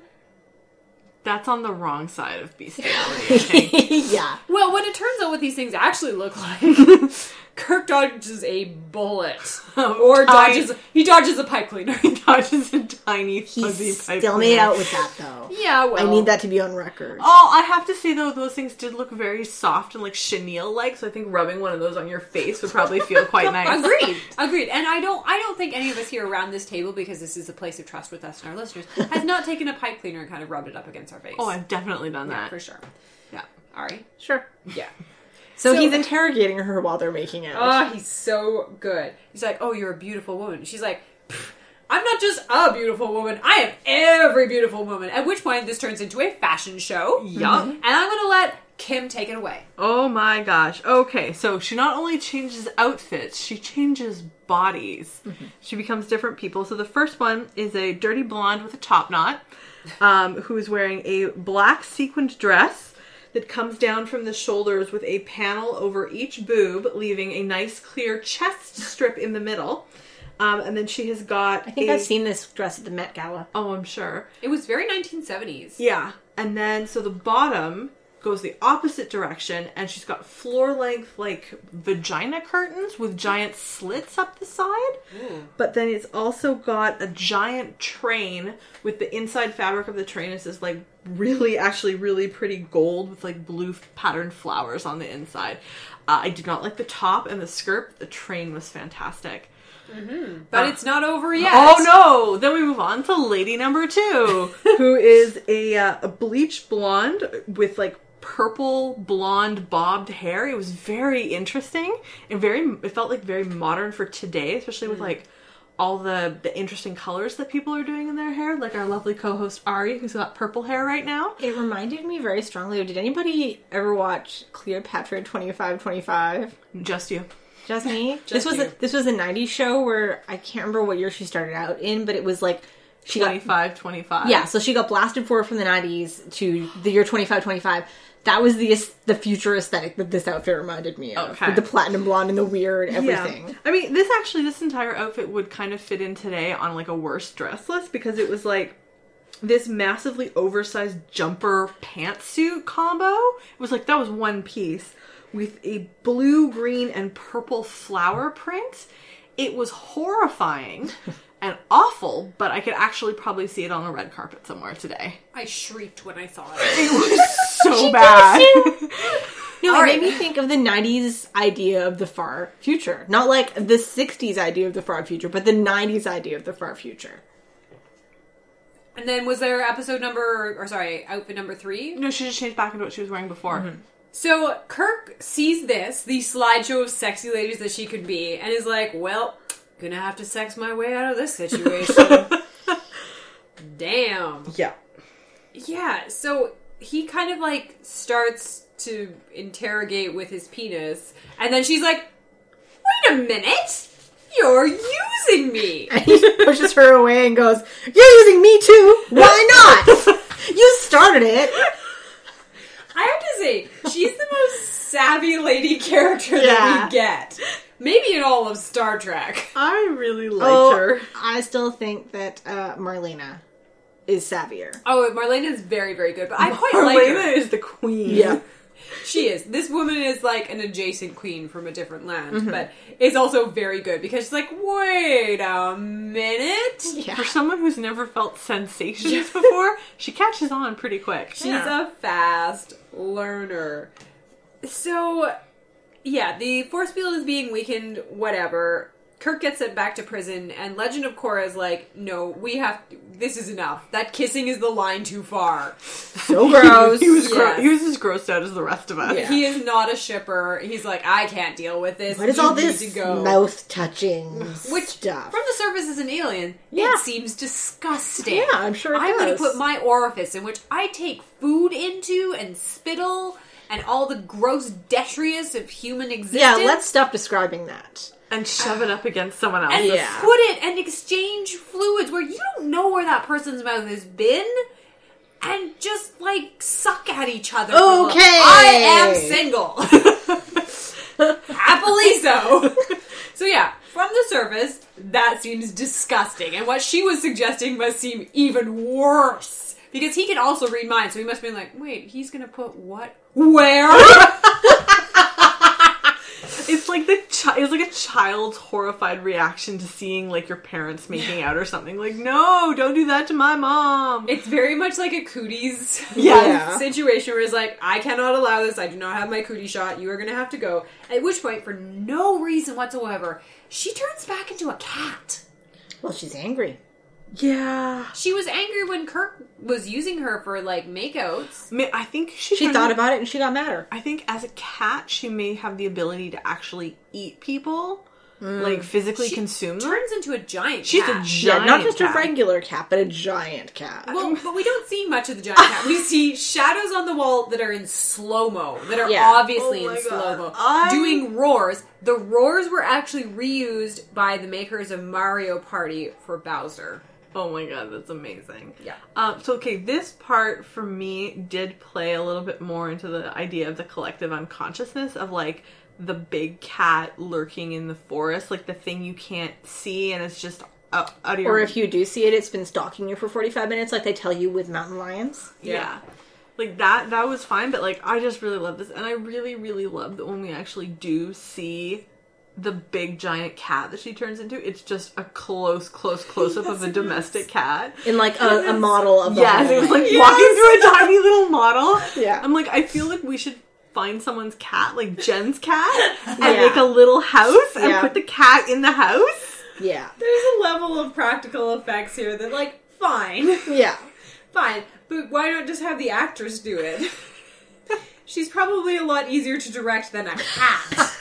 Speaker 3: that's on the wrong side of bestiality. I think.
Speaker 2: yeah,
Speaker 1: Well, what it turns out what these things actually look like, Kirk dodges a bullet, or dodges. he dodges a pipe cleaner.
Speaker 3: Dodges a tiny
Speaker 2: he
Speaker 3: fuzzy pipe.
Speaker 2: still made out with that though.
Speaker 1: yeah, well,
Speaker 2: I need that to be on record.
Speaker 3: Oh, I have to say though, those things did look very soft and like chenille like. So I think rubbing one of those on your face would probably feel quite nice.
Speaker 1: Agreed. Agreed. And I don't I don't think any of us here around this table, because this is a place of trust with us and our listeners, has not taken a pipe cleaner and kind of rubbed it up against our face.
Speaker 3: Oh, I've definitely done that.
Speaker 1: for sure.
Speaker 3: Yeah.
Speaker 1: Ari?
Speaker 2: Sure.
Speaker 1: Yeah.
Speaker 2: So,
Speaker 1: So-
Speaker 2: he's interrogating her while they're making out.
Speaker 1: Oh, he's so good. He's like, "Oh, you're a beautiful woman." She's like, "Pfft, "I'm not just a beautiful woman. I am every beautiful woman." At which point, this turns into a fashion show.
Speaker 3: Yup.
Speaker 1: And I'm gonna let Kim take it away.
Speaker 3: Oh my gosh. Okay, so she not only changes outfits, she changes bodies.
Speaker 2: Mm-hmm.
Speaker 3: She becomes different people. So the first one is a dirty blonde with a top knot, um, who is wearing a black sequined dress that comes down from the shoulders with a panel over each boob, leaving a nice clear chest strip in the middle. Um, and then she has got.
Speaker 2: I think I've seen this dress at the Met Gala.
Speaker 3: Oh, I'm sure.
Speaker 1: It was very 1970s.
Speaker 3: Yeah. And then so the bottom goes the opposite direction and she's got floor length like vagina curtains with giant slits up the side. But then it's also got a giant train with the inside fabric of the train is this like really actually really pretty gold with like blue patterned flowers on the inside. Uh, I did not like the top and the skirt. The train was fantastic.
Speaker 1: But it's not over yet.
Speaker 3: Oh no! Then we move on to lady number two, who is a, uh, a bleach blonde with like purple blonde bobbed hair. It was very interesting and very. It felt like very modern for today, especially with like all the the interesting colors that people are doing in their hair. Like our lovely co-host Ari, who's got purple hair right now.
Speaker 2: It reminded me very strongly of did anybody ever watch Cleopatra 2525?
Speaker 3: Just you.
Speaker 2: Just me. this
Speaker 1: Just
Speaker 2: was
Speaker 1: you.
Speaker 2: a, this was a 90s show where I can't remember what year she started out in, but it was like she got
Speaker 3: 25, 25.
Speaker 2: Yeah, so she got blasted for from the 90s to the year 2525. That was the the future aesthetic that this outfit reminded me of.
Speaker 3: Okay.
Speaker 2: With the platinum blonde and the weird everything.
Speaker 3: I mean, this actually, this entire outfit would kind of fit in today on like a worst dress list because it was like this massively oversized jumper pantsuit combo. It was like that was one piece with a blue, green, and purple flower print. It was horrifying and awful, but I could actually probably see it on a red carpet somewhere today.
Speaker 1: I shrieked when I saw it.
Speaker 3: It was so bad.
Speaker 2: No, it
Speaker 1: All right.
Speaker 2: made me think of the 90s idea of the far future. Not like the 60s idea of the far future, but the 90s idea of the far future.
Speaker 1: and then was there episode number, or sorry, outfit number three?
Speaker 3: No, she just changed back into what she was wearing before.
Speaker 2: Mm-hmm.
Speaker 1: So Kirk sees this, the slideshow of sexy ladies that she could be, and is like, well, gonna have to sex my way out of this situation. Damn.
Speaker 3: Yeah.
Speaker 1: Yeah, so he kind of like starts to interrogate with his penis, and then she's like, wait a minute! You're using me!
Speaker 2: And he pushes her away and goes, You're using me too! Why not? you started it!
Speaker 1: I have to say, she's the most savvy lady character that
Speaker 2: Yeah.
Speaker 1: we get. Maybe in all of Star Trek.
Speaker 3: I really liked
Speaker 2: Oh,
Speaker 3: her.
Speaker 2: I still think that uh, Marlena is savvier.
Speaker 1: Oh, Marlena is very, very good, but I quite like her.
Speaker 3: Marlena is the queen.
Speaker 1: She is. This woman is like an adjacent queen from a different land,
Speaker 3: Mm-hmm.
Speaker 1: but is also very good because she's like, wait a minute.
Speaker 2: Yeah.
Speaker 3: For someone who's never felt sensations before, she catches on pretty quick.
Speaker 1: She's
Speaker 2: Yeah.
Speaker 1: a fast learner. So, yeah, the force field is being weakened, whatever. Kirk gets sent back to prison, and Legend of Korra is like, no, we have, this is enough. That kissing is the line too far.
Speaker 2: So gross.
Speaker 3: He was gro-
Speaker 1: Yes.
Speaker 3: he was as grossed out as the rest of us.
Speaker 2: Yeah.
Speaker 1: He is not a shipper. He's like, I can't deal with this.
Speaker 2: what is
Speaker 1: You
Speaker 2: all
Speaker 1: need
Speaker 2: this
Speaker 1: to go.
Speaker 2: mouth touching
Speaker 1: Which,
Speaker 2: stuff?
Speaker 1: from the surface as an alien,
Speaker 2: Yeah.
Speaker 1: it seems disgusting.
Speaker 2: Yeah, I'm sure it
Speaker 1: I'm gonna
Speaker 2: does.
Speaker 1: put my orifice in which I take food into and spittle and all the gross detritus of human existence.
Speaker 2: yeah, let's stop describing that.
Speaker 3: And shove it up against someone
Speaker 1: and
Speaker 3: else's.
Speaker 2: Yeah.
Speaker 1: put it and exchange fluids where you don't know where that person's mouth has been. And just like suck at each other. for the-
Speaker 2: Okay.
Speaker 1: I am single. Happily so. So yeah, from the surface, that seems disgusting, and what she was suggesting must seem even worse because he can also read minds. So he must be like, wait, he's gonna put what where?
Speaker 3: It's like the chi- it's like a child's horrified reaction to seeing like your parents making out or something. Like, no, don't do that to my mom.
Speaker 1: it's very much like a cooties
Speaker 2: Yeah.
Speaker 1: situation where it's like, I cannot allow this. I do not have my cootie shot. You are gonna have to go. At which point, for no reason whatsoever, she turns back into a cat.
Speaker 2: Well, she's angry.
Speaker 3: Yeah.
Speaker 1: She was angry when Kirk was using her for like makeouts.
Speaker 3: Ma- I think she,
Speaker 2: She
Speaker 3: turned-
Speaker 2: thought about it and she got madder.
Speaker 3: I think as a cat, she may have the ability to actually eat people, like physically consume them.
Speaker 1: Turns into a giant.
Speaker 3: She's
Speaker 1: cat.
Speaker 3: a
Speaker 2: Mm. Yeah,
Speaker 3: giant.
Speaker 2: not just
Speaker 3: cat.
Speaker 2: a regular cat, but a giant cat.
Speaker 1: Well, but we don't see much of the giant cat. We see shadows on the wall that are in slow mo, that are
Speaker 2: Yeah.
Speaker 1: obviously
Speaker 3: Oh my
Speaker 1: in
Speaker 3: God.
Speaker 1: slow mo,
Speaker 3: I-
Speaker 1: doing roars. The roars were actually reused by the makers of Mario Party for Bowser.
Speaker 3: Oh my god, that's amazing.
Speaker 1: Yeah.
Speaker 3: Um, so okay, this part for me did play a little bit more into the idea of the collective unconsciousness of like the big cat lurking in the forest, like the thing you can't see and it's just out, out of your
Speaker 2: or if you do see it, it's been stalking you for 45 minutes, like they tell you with mountain lions.
Speaker 3: yeah. Like that that was fine, but like I just really love this and I really really love that when we actually do see the big giant cat that she turns into, it's just a close close close up of a domestic cat.
Speaker 2: In like a, a model of the
Speaker 3: Yes,
Speaker 2: whole
Speaker 3: it was
Speaker 2: thing.
Speaker 3: like walking through a tiny little model.
Speaker 2: Yeah.
Speaker 3: I'm like, I feel like we should find someone's cat, like Jen's cat, and
Speaker 2: Yeah.
Speaker 3: make a little house and
Speaker 2: Yeah.
Speaker 3: put the cat in the house.
Speaker 2: Yeah.
Speaker 1: There's a level of practical effects here that, like, fine,
Speaker 2: Yeah.
Speaker 1: fine, but why not just have the actress do it? She's probably a lot easier to direct than a cat.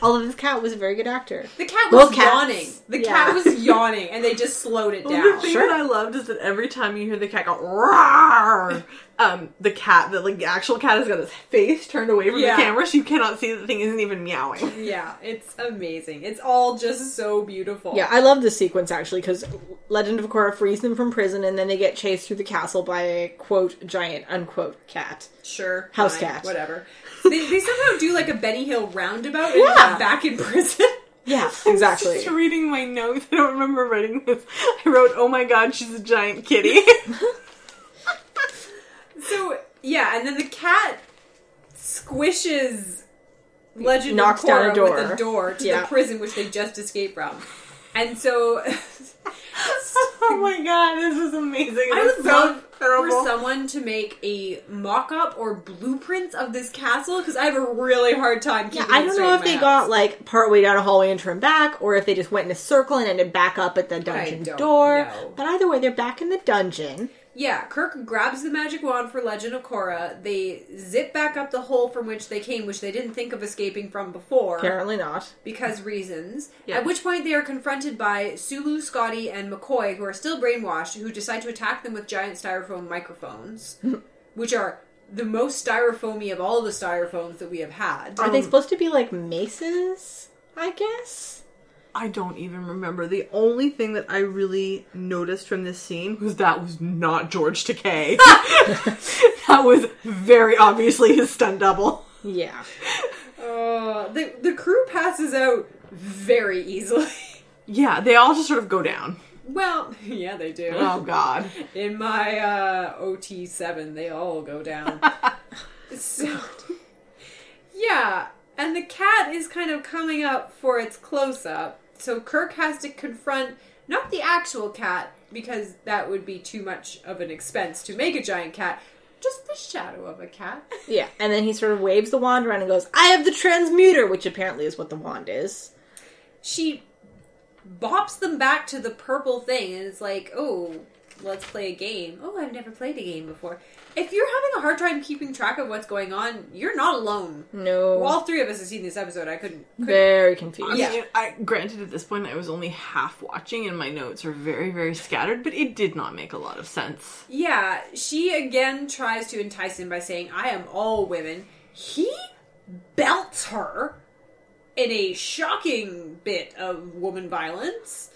Speaker 2: Although this cat was a very good actor.
Speaker 1: The cat
Speaker 2: Well,
Speaker 1: was
Speaker 2: cats.
Speaker 1: yawning. The
Speaker 2: Yeah.
Speaker 1: cat was yawning, and they just slowed it
Speaker 3: Well, the
Speaker 1: down.
Speaker 3: thing
Speaker 2: Sure.
Speaker 3: that I loved is that every time you hear the cat go roar, um, the cat, the like the actual cat, has got its face turned away from
Speaker 1: Yeah.
Speaker 3: the camera, so you cannot see that the thing isn't even meowing.
Speaker 1: Yeah, it's amazing. It's all just so beautiful.
Speaker 2: Yeah, I love this sequence actually because Legend of Korra frees them from prison and then they get chased through the castle by a quote giant unquote cat.
Speaker 1: sure.
Speaker 2: House
Speaker 1: fine,
Speaker 2: cat.
Speaker 1: whatever. they, they somehow do like a Benny Hill roundabout and
Speaker 2: Yeah.
Speaker 1: yeah. back in prison.
Speaker 2: Yeah, exactly.
Speaker 3: Just reading my notes, I don't remember writing this. I wrote, "Oh my god, she's a giant kitty."
Speaker 1: So yeah, and then the cat squishes Legend
Speaker 2: Knocks
Speaker 1: of
Speaker 2: down
Speaker 1: Korra
Speaker 2: a door.
Speaker 1: with a door to
Speaker 2: Yeah.
Speaker 1: the prison which they just escaped from, and so
Speaker 3: oh my god, this is amazing.
Speaker 1: I
Speaker 3: It was
Speaker 1: would
Speaker 3: so
Speaker 1: love
Speaker 3: terrible.
Speaker 1: for someone to make a mock-up or blueprints of this castle because I have a really hard time.
Speaker 2: Yeah,
Speaker 1: Keeping
Speaker 2: I
Speaker 1: it
Speaker 2: don't
Speaker 1: straight in
Speaker 2: know if
Speaker 1: my
Speaker 2: they
Speaker 1: house.
Speaker 2: got like partway down a hallway and turned back, or if they just went in a circle and ended back up at the dungeon
Speaker 1: don't
Speaker 2: door.
Speaker 1: know.
Speaker 2: But either way, they're back in the dungeon.
Speaker 1: Yeah, Kirk grabs the magic wand for Legend of Korra. They zip back up the hole from which they came, which they didn't think of escaping from before
Speaker 2: Apparently not.
Speaker 1: because reasons.
Speaker 3: Yeah.
Speaker 1: At which point they are confronted by Sulu, Scotty, and McCoy, who are still brainwashed, who decide to attack them with giant styrofoam microphones, which are the most styrofoamy of all the styrophones that we have had.
Speaker 2: Are they supposed to be like maces? I guess.
Speaker 3: I don't even remember. The only thing that I really noticed from this scene was that was not George Takei. that was very obviously his stunt double.
Speaker 2: Yeah.
Speaker 1: Uh, the the crew passes out very easily.
Speaker 3: Yeah, they all just sort of go down.
Speaker 1: well, yeah, they do.
Speaker 3: Oh god.
Speaker 1: In my uh, OT7, they all go down. so, yeah, and the cat is kind of coming up for its close up. So Kirk has to confront not the actual cat, because that would be too much of an expense to make a giant cat, just the shadow of a cat.
Speaker 2: Yeah. And then he sort of waves the wand around and goes, I have the transmuter, which apparently is what the wand is.
Speaker 1: She bops them back to the purple thing, and it's like, oh. Let's play a game. Oh, I've never played a game before. If you're having a hard time keeping track of what's going on, you're not alone.
Speaker 2: No.
Speaker 1: All three of us have seen this episode. I couldn't. couldn't
Speaker 2: Very
Speaker 3: I
Speaker 2: confused.
Speaker 3: mean,
Speaker 1: Yeah.
Speaker 3: I, granted, at this point, I was only half watching, and my notes are very, very scattered. But it did not make a lot of sense.
Speaker 1: yeah, she again tries to entice him by saying, "I am all women." He belts her in a shocking bit of woman violence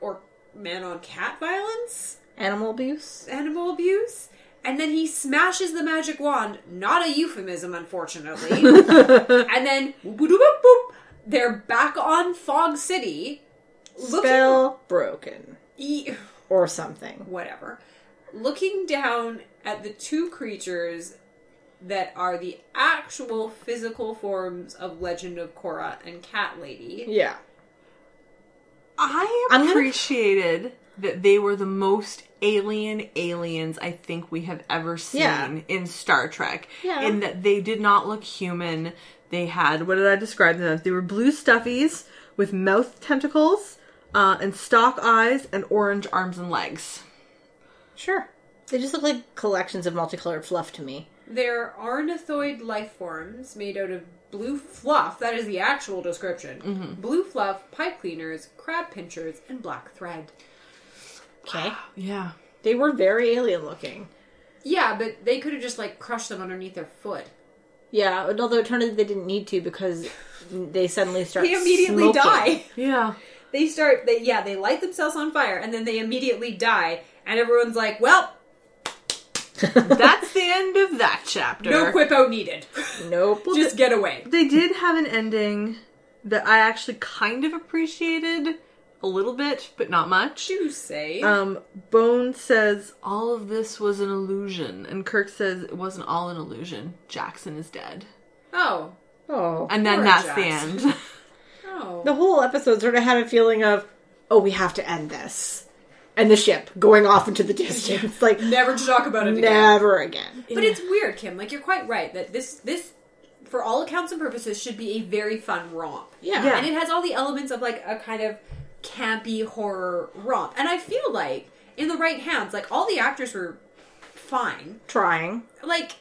Speaker 1: or man on cat violence,
Speaker 2: Animal abuse.
Speaker 1: animal abuse, and then he smashes the magic wand. Not a euphemism, unfortunately. and then boop, boop, boop, boop, they're back on Fog City. Looking,
Speaker 2: Spell broken.
Speaker 1: E-
Speaker 2: Or something.
Speaker 1: whatever, looking down at the two creatures that are the actual physical forms of Legend of Korra and Cat Lady.
Speaker 2: Yeah.
Speaker 3: I
Speaker 2: I'm gonna-
Speaker 3: appreciated that they were the most alien aliens I think we have ever seen
Speaker 2: Yeah.
Speaker 3: in Star Trek.
Speaker 2: Yeah.
Speaker 3: In that they did not look human. They had what did I describe them as? They were blue stuffies with mouth tentacles, uh, and stock eyes and orange arms and legs.
Speaker 2: Sure. They just look like collections of multicolored fluff to me.
Speaker 1: They're ornithoid life forms made out of blue fluff. That is the actual description. Blue fluff, pipe cleaners, crab pinchers, and black thread.
Speaker 2: Okay.
Speaker 3: Yeah.
Speaker 2: They were very alien looking.
Speaker 1: Yeah, but they could have just like crushed them underneath their foot.
Speaker 2: Yeah, and although it turned out they didn't need to because they suddenly start.
Speaker 1: They immediately
Speaker 2: smoking.
Speaker 1: die.
Speaker 3: Yeah.
Speaker 1: They start. They yeah. They light themselves on fire and then they immediately die. And everyone's like, "Well,
Speaker 3: That's the end of that chapter.
Speaker 1: no quippo needed.
Speaker 2: Nope.
Speaker 1: just get away."
Speaker 3: They did have an ending that I actually kind of appreciated a little bit, but not much.
Speaker 1: You say.
Speaker 3: Um, Bone says all of this was an illusion, and Kirk says it wasn't all an illusion. Jackson is dead,
Speaker 1: oh.
Speaker 2: oh.
Speaker 3: and then
Speaker 1: Poor
Speaker 3: that's
Speaker 1: Jackson.
Speaker 3: the end.
Speaker 1: Oh.
Speaker 2: the whole episode sort of had a feeling of, oh, we have to end this. And the ship going off into the distance. Like,
Speaker 1: Never to talk about it again.
Speaker 2: never again.
Speaker 1: But it's weird, Kim. Like you're quite right that this this for all accounts and purposes should be a very fun romp.
Speaker 2: Yeah.
Speaker 1: And it has all the elements of like a kind of campy horror romp. And I feel like in the right hands, like all the actors were fine.
Speaker 2: Trying.
Speaker 1: Like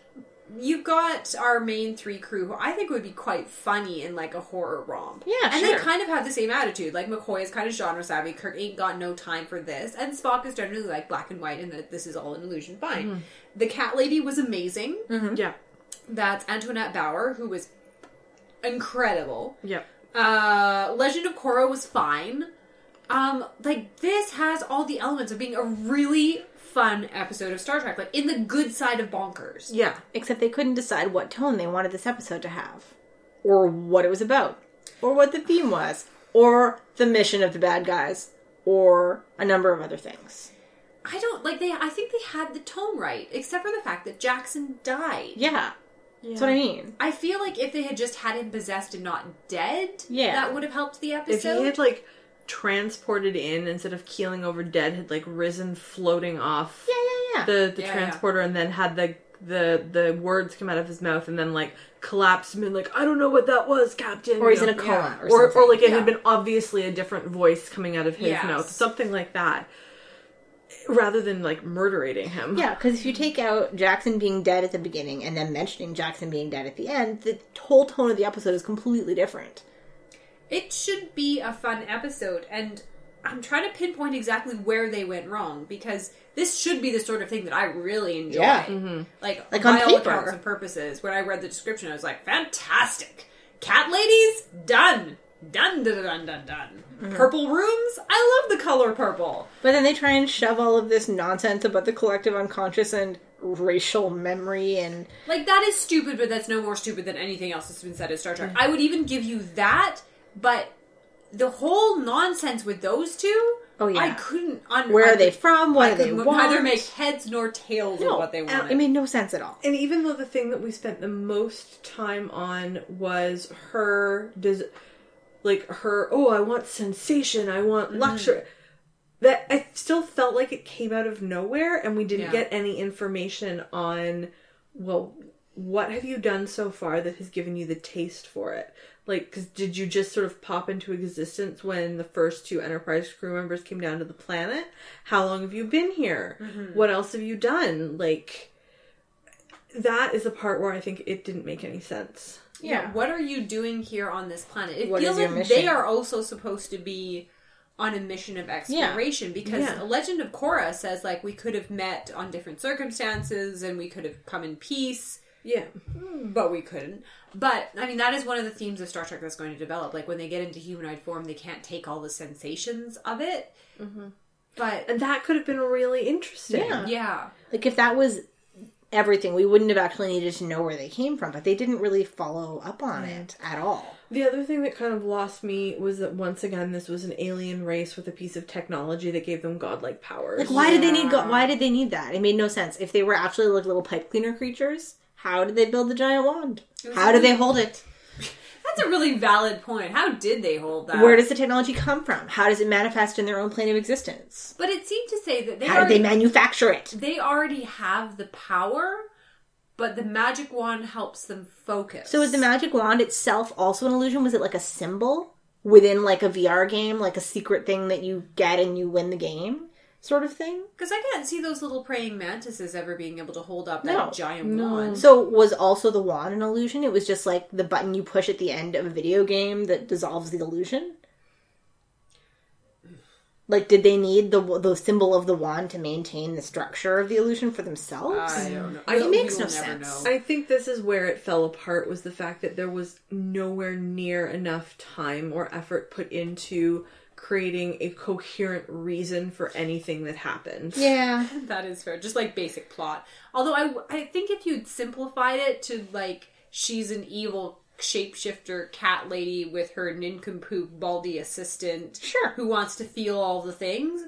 Speaker 1: you've got our main three crew who I think would be quite funny in like a horror romp.
Speaker 2: Yeah,
Speaker 1: And they
Speaker 2: sure.
Speaker 1: kind of have the same attitude. Like McCoy is kind of genre savvy, Kirk ain't got no time for this, and Spock is generally like black and white and that this is all an illusion. Fine.
Speaker 2: Mm-hmm.
Speaker 1: The cat lady was amazing.
Speaker 3: Mm-hmm. yeah,
Speaker 1: That's Antoinette Bauer, who was incredible.
Speaker 3: yeah.
Speaker 1: Uh, Legend of Korra was fine. Um, like this has all the elements of being a really fun episode of Star Trek, like in the good side of bonkers.
Speaker 3: Yeah.
Speaker 2: Except they couldn't decide what tone they wanted this episode to have, or what it was about, or what the theme was, or the mission of the bad guys, or a number of other things.
Speaker 1: I don't like they. I think they had the tone right, except for the fact that Jackson died.
Speaker 2: Yeah. That's what I mean.
Speaker 1: I feel like if they had just had him possessed and not dead,
Speaker 2: Yeah.
Speaker 1: that would have helped the
Speaker 3: If
Speaker 1: episode.
Speaker 3: he had like transported in instead of keeling over dead, had like risen floating off
Speaker 2: Yeah, yeah, yeah.
Speaker 3: the the
Speaker 1: Yeah, yeah.
Speaker 3: transporter, and then had the the the words come out of his mouth, and then like collapsed and been like, I don't know what that was, Captain.
Speaker 2: or he's
Speaker 3: you
Speaker 2: in
Speaker 3: know?
Speaker 2: a coma, or,
Speaker 3: or,
Speaker 2: something.
Speaker 3: or like it
Speaker 1: Yeah.
Speaker 3: had been obviously a different voice coming out of his
Speaker 1: Yes.
Speaker 3: mouth, something like that, rather than like murderating him.
Speaker 2: Yeah, because if you take out Jackson being dead at the beginning and then mentioning Jackson being dead at the end, the whole tone of the episode is completely different.
Speaker 1: It should be a fun episode, and I'm trying to pinpoint exactly where they went wrong because this should be the sort of thing that I really enjoy.
Speaker 2: Yeah. Mm-hmm.
Speaker 1: Like,
Speaker 2: Like
Speaker 1: by
Speaker 2: on
Speaker 1: all
Speaker 2: paper.
Speaker 1: accounts and purposes, when I read the description, I was like, fantastic! Cat ladies, done, done, done, done, done, done.
Speaker 2: Mm-hmm.
Speaker 1: Purple rooms, I love the color purple.
Speaker 2: But then they try and shove all of this nonsense about the collective unconscious and racial memory and
Speaker 1: Like that is stupid, but that's no more stupid than anything else that's been said in Star Trek.
Speaker 2: Mm.
Speaker 1: I would even give you that, but the whole nonsense with those two,
Speaker 2: Oh, yeah.
Speaker 1: I couldn't. Un-
Speaker 2: where
Speaker 1: I
Speaker 2: are they
Speaker 1: could-
Speaker 2: from? What do they
Speaker 1: could
Speaker 2: want?
Speaker 1: Neither make heads nor tails
Speaker 2: no,
Speaker 1: of what they
Speaker 2: and
Speaker 1: wanted.
Speaker 2: It made no sense at all.
Speaker 3: And even though the thing that we spent the most time on was her, does, like her, oh, I want sensation, I want luxury. That I still felt like it came out of nowhere, and we didn't
Speaker 1: Yeah.
Speaker 3: get any information on, well, what have you done so far that has given you the taste for it? Like, 'cause did you just sort of pop into existence when the first two Enterprise crew members came down to the planet? How long have you been here? What else have you done? Like, that is the part where I think it didn't make any sense.
Speaker 2: Yeah.
Speaker 1: What are you doing here on this planet? It
Speaker 2: What
Speaker 1: feels
Speaker 2: is your
Speaker 1: like
Speaker 2: mission?
Speaker 1: they are also supposed to be on a mission of exploration because
Speaker 3: Yeah.
Speaker 1: the Legend of Korra says like we could have met on different circumstances and we could have come in peace.
Speaker 3: Yeah.
Speaker 1: but we couldn't. But I mean, that is one of the themes of Star Trek that's going to develop. Like when they get into humanoid form, they can't take all the sensations of it. But
Speaker 3: And that could have been really interesting.
Speaker 2: Yeah.
Speaker 1: yeah,
Speaker 2: Like if that was everything, we wouldn't have actually needed to know where they came from, but they didn't really follow up on it at all.
Speaker 3: The other thing that kind of lost me was that once again this was an alien race with a piece of technology that gave them godlike powers.
Speaker 2: Like why did they need go- why did they need that? It made no sense. If they were actually like little pipe cleaner creatures, how did they build the giant wand?
Speaker 1: was
Speaker 2: How do they hold it?
Speaker 1: that's a really valid point. How did they hold that?
Speaker 2: Where does the technology come from? How does it manifest in their own plane of existence?
Speaker 1: but it seemed to say that they
Speaker 2: How did they
Speaker 1: already,
Speaker 2: manufacture it?
Speaker 1: they already have the power, but the magic wand helps them focus.
Speaker 2: So was the magic wand itself also an illusion? Was it like a symbol? within like a VR game, like a secret thing that you get and you win the game sort of thing.
Speaker 1: Because I can't see those little praying mantises ever being able to hold up that
Speaker 2: No.
Speaker 1: giant wand.
Speaker 2: So was also the wand an illusion? It was just like the button you push at the end of a video game that dissolves the illusion. Like, did they need the the symbol of the wand to maintain the structure of the illusion for themselves?
Speaker 1: I don't know.
Speaker 2: It
Speaker 1: We-
Speaker 2: makes
Speaker 1: we
Speaker 2: no
Speaker 1: will never
Speaker 2: sense.
Speaker 1: know.
Speaker 3: I think this is where it fell apart was the fact that there was nowhere near enough time or effort put into creating a coherent reason for anything that happened.
Speaker 2: yeah,
Speaker 1: That is fair. Just like basic plot. Although I, I think if you'd simplified it to like she's an evil shapeshifter cat lady with her nincompoop baldy assistant,
Speaker 2: Sure. Mm-hmm.
Speaker 1: who wants to feel all the things.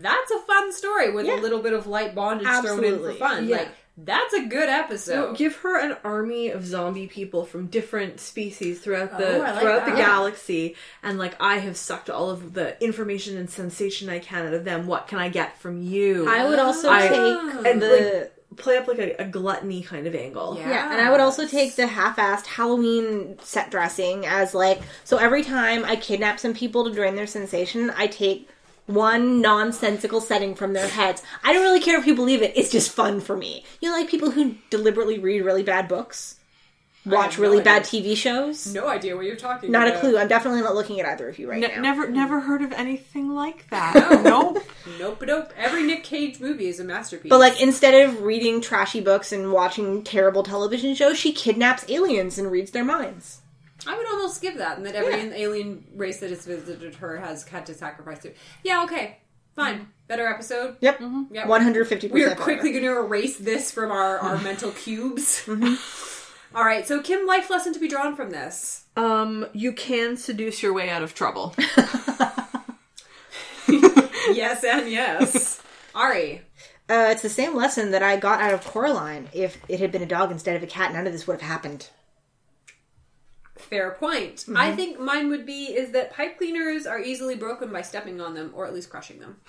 Speaker 1: That's a fun story with
Speaker 2: Yeah.
Speaker 1: a little bit of light bondage thrown in
Speaker 2: Absolutely.
Speaker 1: for fun.
Speaker 3: Yeah.
Speaker 1: Like that's a good episode.
Speaker 3: No, give her an army of zombie people from different species throughout the
Speaker 1: Oh, I like
Speaker 3: throughout the
Speaker 1: that.
Speaker 3: galaxy, and like I have sucked all of the information and sensation I can out of them. What can I get from you?
Speaker 2: I would also
Speaker 3: I-
Speaker 2: take
Speaker 3: and,
Speaker 2: the
Speaker 3: play up like a, a gluttony kind of angle.
Speaker 1: Yeah.
Speaker 2: yeah, and I would also take the half-assed Halloween set dressing as like so. Every time I kidnap some people to drain their sensation, I take one nonsensical setting from their heads. I don't really care if you believe it; it's just fun for me. You know, like people who deliberately read really bad books, watch
Speaker 1: no
Speaker 2: really
Speaker 1: idea.
Speaker 2: bad TV shows.
Speaker 1: no idea what you're talking.
Speaker 2: Not
Speaker 1: about.
Speaker 2: a clue. I'm definitely not looking at either of you right now.
Speaker 3: N- never, never heard of anything like that. nope.
Speaker 1: Nope, nope. Every Nick Cage movie is a masterpiece.
Speaker 2: But like instead of reading trashy books and watching terrible television shows, she kidnaps aliens and reads their minds.
Speaker 1: I would almost give that, and that every alien race that has visited her has had to sacrifice it. Yeah, okay, fine.
Speaker 2: Mm-hmm.
Speaker 1: Better episode.
Speaker 2: Yep.
Speaker 1: Mm-hmm. Yep.
Speaker 2: 150%.
Speaker 1: We are
Speaker 2: better.
Speaker 1: quickly going to erase this from our, our mental cubes.
Speaker 2: Mm-hmm.
Speaker 1: All right, so Kim, life lesson to be drawn from this.
Speaker 3: Um, you can seduce your way out of trouble.
Speaker 1: Yes and yes. Ari,
Speaker 2: Uh, it's the same lesson that I got out of Coraline. If it had been a dog instead of a cat, none of this would have happened.
Speaker 1: fair point.
Speaker 2: Mm-hmm.
Speaker 1: I think mine would be is that pipe cleaners are easily broken by stepping on them or at least crushing them.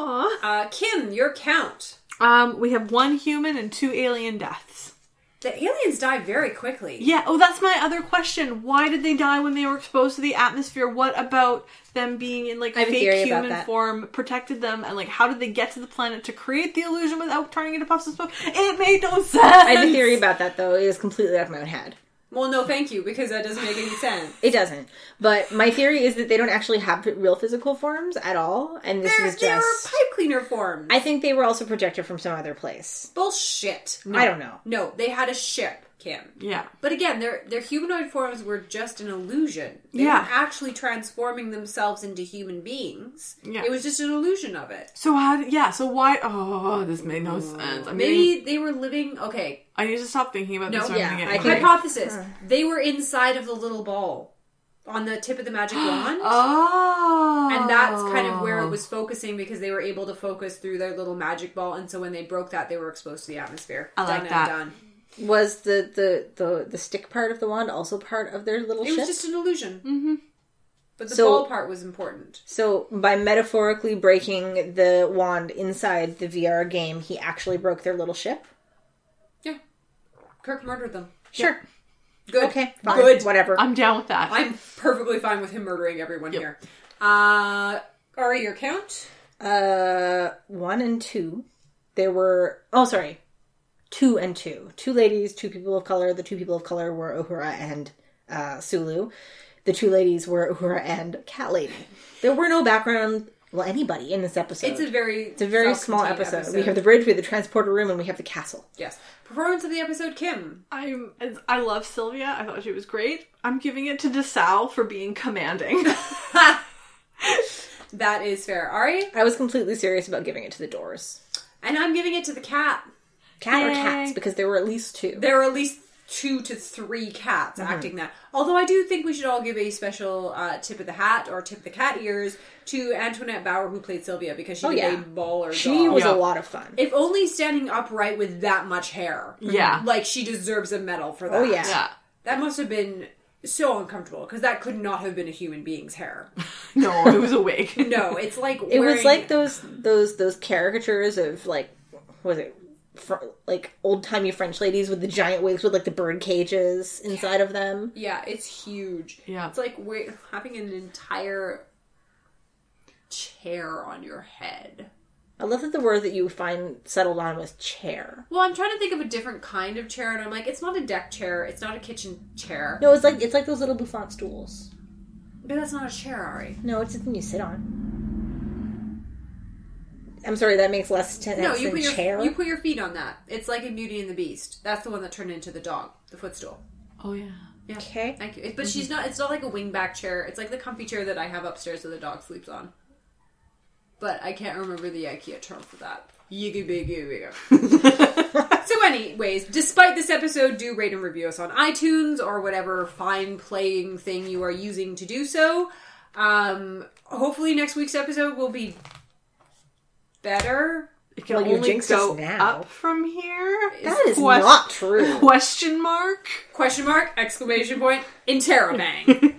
Speaker 1: Uh, Kim, your count.
Speaker 3: Um, we have one human and two alien deaths.
Speaker 1: The aliens die very quickly.
Speaker 3: Yeah, oh, that's my other question. Why did they die when they were exposed to the atmosphere? What about them being in like
Speaker 2: have a
Speaker 3: fake
Speaker 2: theory about
Speaker 3: human
Speaker 2: that.
Speaker 3: form protected them? And like, how did they get to the planet to create the illusion without turning into puffs of smoke? It made no sense.
Speaker 2: I had a theory about that though. It is completely out of my own head.
Speaker 1: Well, no, thank you, because that doesn't make any sense.
Speaker 2: It doesn't. But my theory is that they don't actually have real physical forms at all, and this
Speaker 1: They're,
Speaker 2: is
Speaker 1: they're
Speaker 2: just.
Speaker 1: pipe cleaner forms.
Speaker 2: I think they were also projected from some other place.
Speaker 1: Bullshit.
Speaker 2: I don't know.
Speaker 1: No, they had a ship, Kim.
Speaker 3: Yeah.
Speaker 1: But again, their their humanoid forms were just an illusion. They
Speaker 3: Yeah.
Speaker 1: weren't actually transforming themselves into human beings.
Speaker 3: Yeah.
Speaker 1: It was just an illusion of it.
Speaker 3: So how? Did, yeah. So why? Oh, this made no sense. I mean,
Speaker 1: Maybe they were living okay.
Speaker 3: I need to stop thinking about
Speaker 1: No,
Speaker 3: this. or I'm
Speaker 2: yeah,
Speaker 3: gonna
Speaker 2: I
Speaker 3: get
Speaker 2: can-
Speaker 3: angry.
Speaker 1: Hypothesis. They were inside of the little ball on the tip of the magic wand.
Speaker 3: Oh.
Speaker 1: And that's kind of where it was focusing because they were able to focus through their little magic ball, and so when they broke that, they were exposed to the atmosphere.
Speaker 3: I like
Speaker 1: done
Speaker 3: that.
Speaker 1: And done.
Speaker 2: Was the, the the the stick part of the wand also part of their little
Speaker 1: It
Speaker 2: ship?
Speaker 1: was just an illusion. Mm-hmm. But the
Speaker 2: So-
Speaker 1: ball part was important.
Speaker 2: So by metaphorically breaking the wand inside the VR game, he actually broke their little ship.
Speaker 1: Yeah. Kirk murdered them.
Speaker 2: Sure.
Speaker 1: Good.
Speaker 2: Okay. Fine.
Speaker 1: Good.
Speaker 2: Whatever.
Speaker 3: I'm down with that.
Speaker 1: I'm perfectly fine with him murdering everyone here. Uh, Ari, your count?
Speaker 2: Uh, one and two. There were. Oh, sorry. Two and two. Two ladies, two people of color. The two people of color were Uhura and uh, Sulu. The two ladies were Uhura and Cat Lady. There were no background. Well, anybody in this episode.
Speaker 1: It's a very
Speaker 2: It's a very small episode. We have the bridge, we have the transporter room, and we have the castle.
Speaker 1: yes performance of the episode. Kim,
Speaker 3: I'm as- I love Sylvia. I thought she was great. I'm giving it to DeSalle for being commanding.
Speaker 1: that is fair. Ari,
Speaker 2: I was completely serious about giving it to the doors.
Speaker 1: and I'm giving it to the cat.
Speaker 2: Cat or
Speaker 3: Yay.
Speaker 2: cats, because there were at least two.
Speaker 1: There are at least two to three cats
Speaker 2: Mm-hmm.
Speaker 1: acting that. Although I do think we should all give a special uh, tip of the hat or tip the cat ears to Antoinette Bauer, who played Sylvia, because she did
Speaker 2: Oh, yeah.
Speaker 1: a baller.
Speaker 2: She
Speaker 1: job.
Speaker 2: was
Speaker 3: Yeah.
Speaker 2: a lot of fun.
Speaker 1: If only standing upright with that much hair.
Speaker 3: Yeah.
Speaker 1: Like she deserves a medal for that.
Speaker 2: Oh, yeah.
Speaker 3: yeah.
Speaker 1: That must have been so uncomfortable because that could not have been a human being's hair.
Speaker 3: No, it was a wig.
Speaker 1: No, it's like
Speaker 2: It was like those those those caricatures of like what was it fr- like old timey French ladies with the giant wigs with like the bird cages inside of them.
Speaker 1: Yeah, it's huge.
Speaker 3: Yeah.
Speaker 1: It's like we having an entire chair on your head.
Speaker 2: I love that the word that you find settled on was chair.
Speaker 1: Well, I'm trying to think of a different kind of chair, and I'm like, it's not a deck chair, it's not a kitchen chair.
Speaker 2: No, it's like it's like those little bouffant stools.
Speaker 1: But that's not a chair, Ari.
Speaker 2: No, it's something you sit on. I'm sorry, that makes less sense
Speaker 1: No, you
Speaker 2: than
Speaker 1: put your
Speaker 2: chair.
Speaker 1: you put your feet on that. It's like in Beauty and the Beast. That's the one that turned into the dog, the footstool.
Speaker 3: Oh yeah.
Speaker 2: okay.
Speaker 1: Thank you. It- But she's not. It's not like a wingback chair. It's like the comfy chair that I have upstairs that the dog sleeps on. But I can't remember the IKEA term for that. Yiggy biggy bigger. so, anyways, despite this episode, do rate and review us on iTunes or whatever fine playing thing you are using to do so. Um, hopefully, next week's episode will be better.
Speaker 3: It can
Speaker 2: Well, you
Speaker 3: only
Speaker 2: jinxed us
Speaker 3: go
Speaker 2: now.
Speaker 3: up from here.
Speaker 2: That is
Speaker 3: Quest-
Speaker 2: not true.
Speaker 3: Question mark.
Speaker 1: Question mark! Exclamation point! Interrobang.